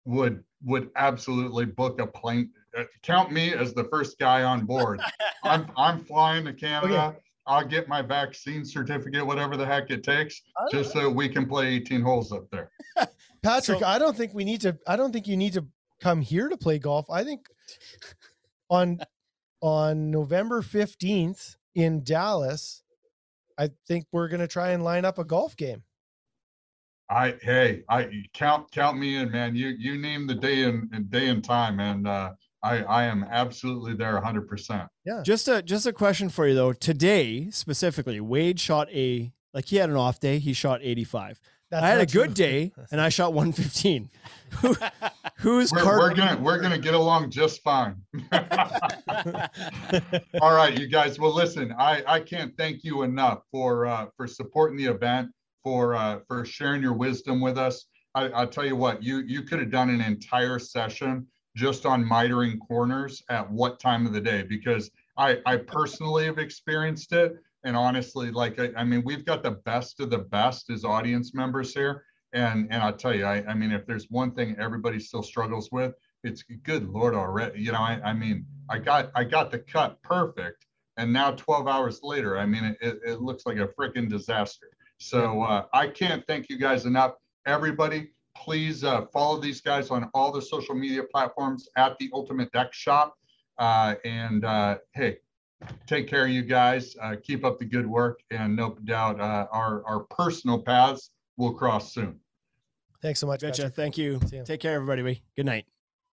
Speaker 1: would would absolutely book a plane. uh, Count me as the first guy on board. I'm I'm flying to Canada. I'll get my vaccine certificate, whatever the heck it takes just so we can play 18 holes up there.
Speaker 4: Patrick,
Speaker 2: So-
Speaker 4: I don't think we need to. I don't think you need to come here to play golf. I think on on November fifteenth in Dallas, I think we're gonna try and line up a golf game.
Speaker 1: I hey, I count count me in, man. You you name the day and and day and time, and uh, I I am absolutely there 100. percent
Speaker 2: Just a just a question for you though. Today specifically, Wade shot a like he had an off day. He shot 85.
Speaker 4: That's
Speaker 2: I had a
Speaker 4: not true.
Speaker 2: good day and I shot 115. Who, who's
Speaker 1: We're,
Speaker 2: card-
Speaker 1: we're gonna we're gonna get along just fine. All right, you guys. Well, listen, I I can't thank you enough for uh, for supporting the event, for uh, for sharing your wisdom with us. I, I'll tell you what, you you could have done an entire session just on mitering corners at what time of the day because I I personally have experienced it, and honestly, like I, I mean, we've got the best of the best as audience members here, and and I'll tell you, I I mean, if there's one thing everybody still struggles with, it's good lord already. You know, I I mean. I got I got the cut perfect, and now 12 hours later, I mean, it, it, it looks like a freaking disaster. So uh, I can't thank you guys enough. Everybody, please uh, follow these guys on all the social media platforms at the Ultimate Deck Shop. Uh, and uh, hey, take care, you guys. Uh, keep up the good work, and no doubt uh, our our personal paths will cross soon.
Speaker 4: Thanks so much,
Speaker 2: Betcha.
Speaker 4: Patrick.
Speaker 2: Thank you.
Speaker 4: See ya.
Speaker 2: Take care, everybody. Good night.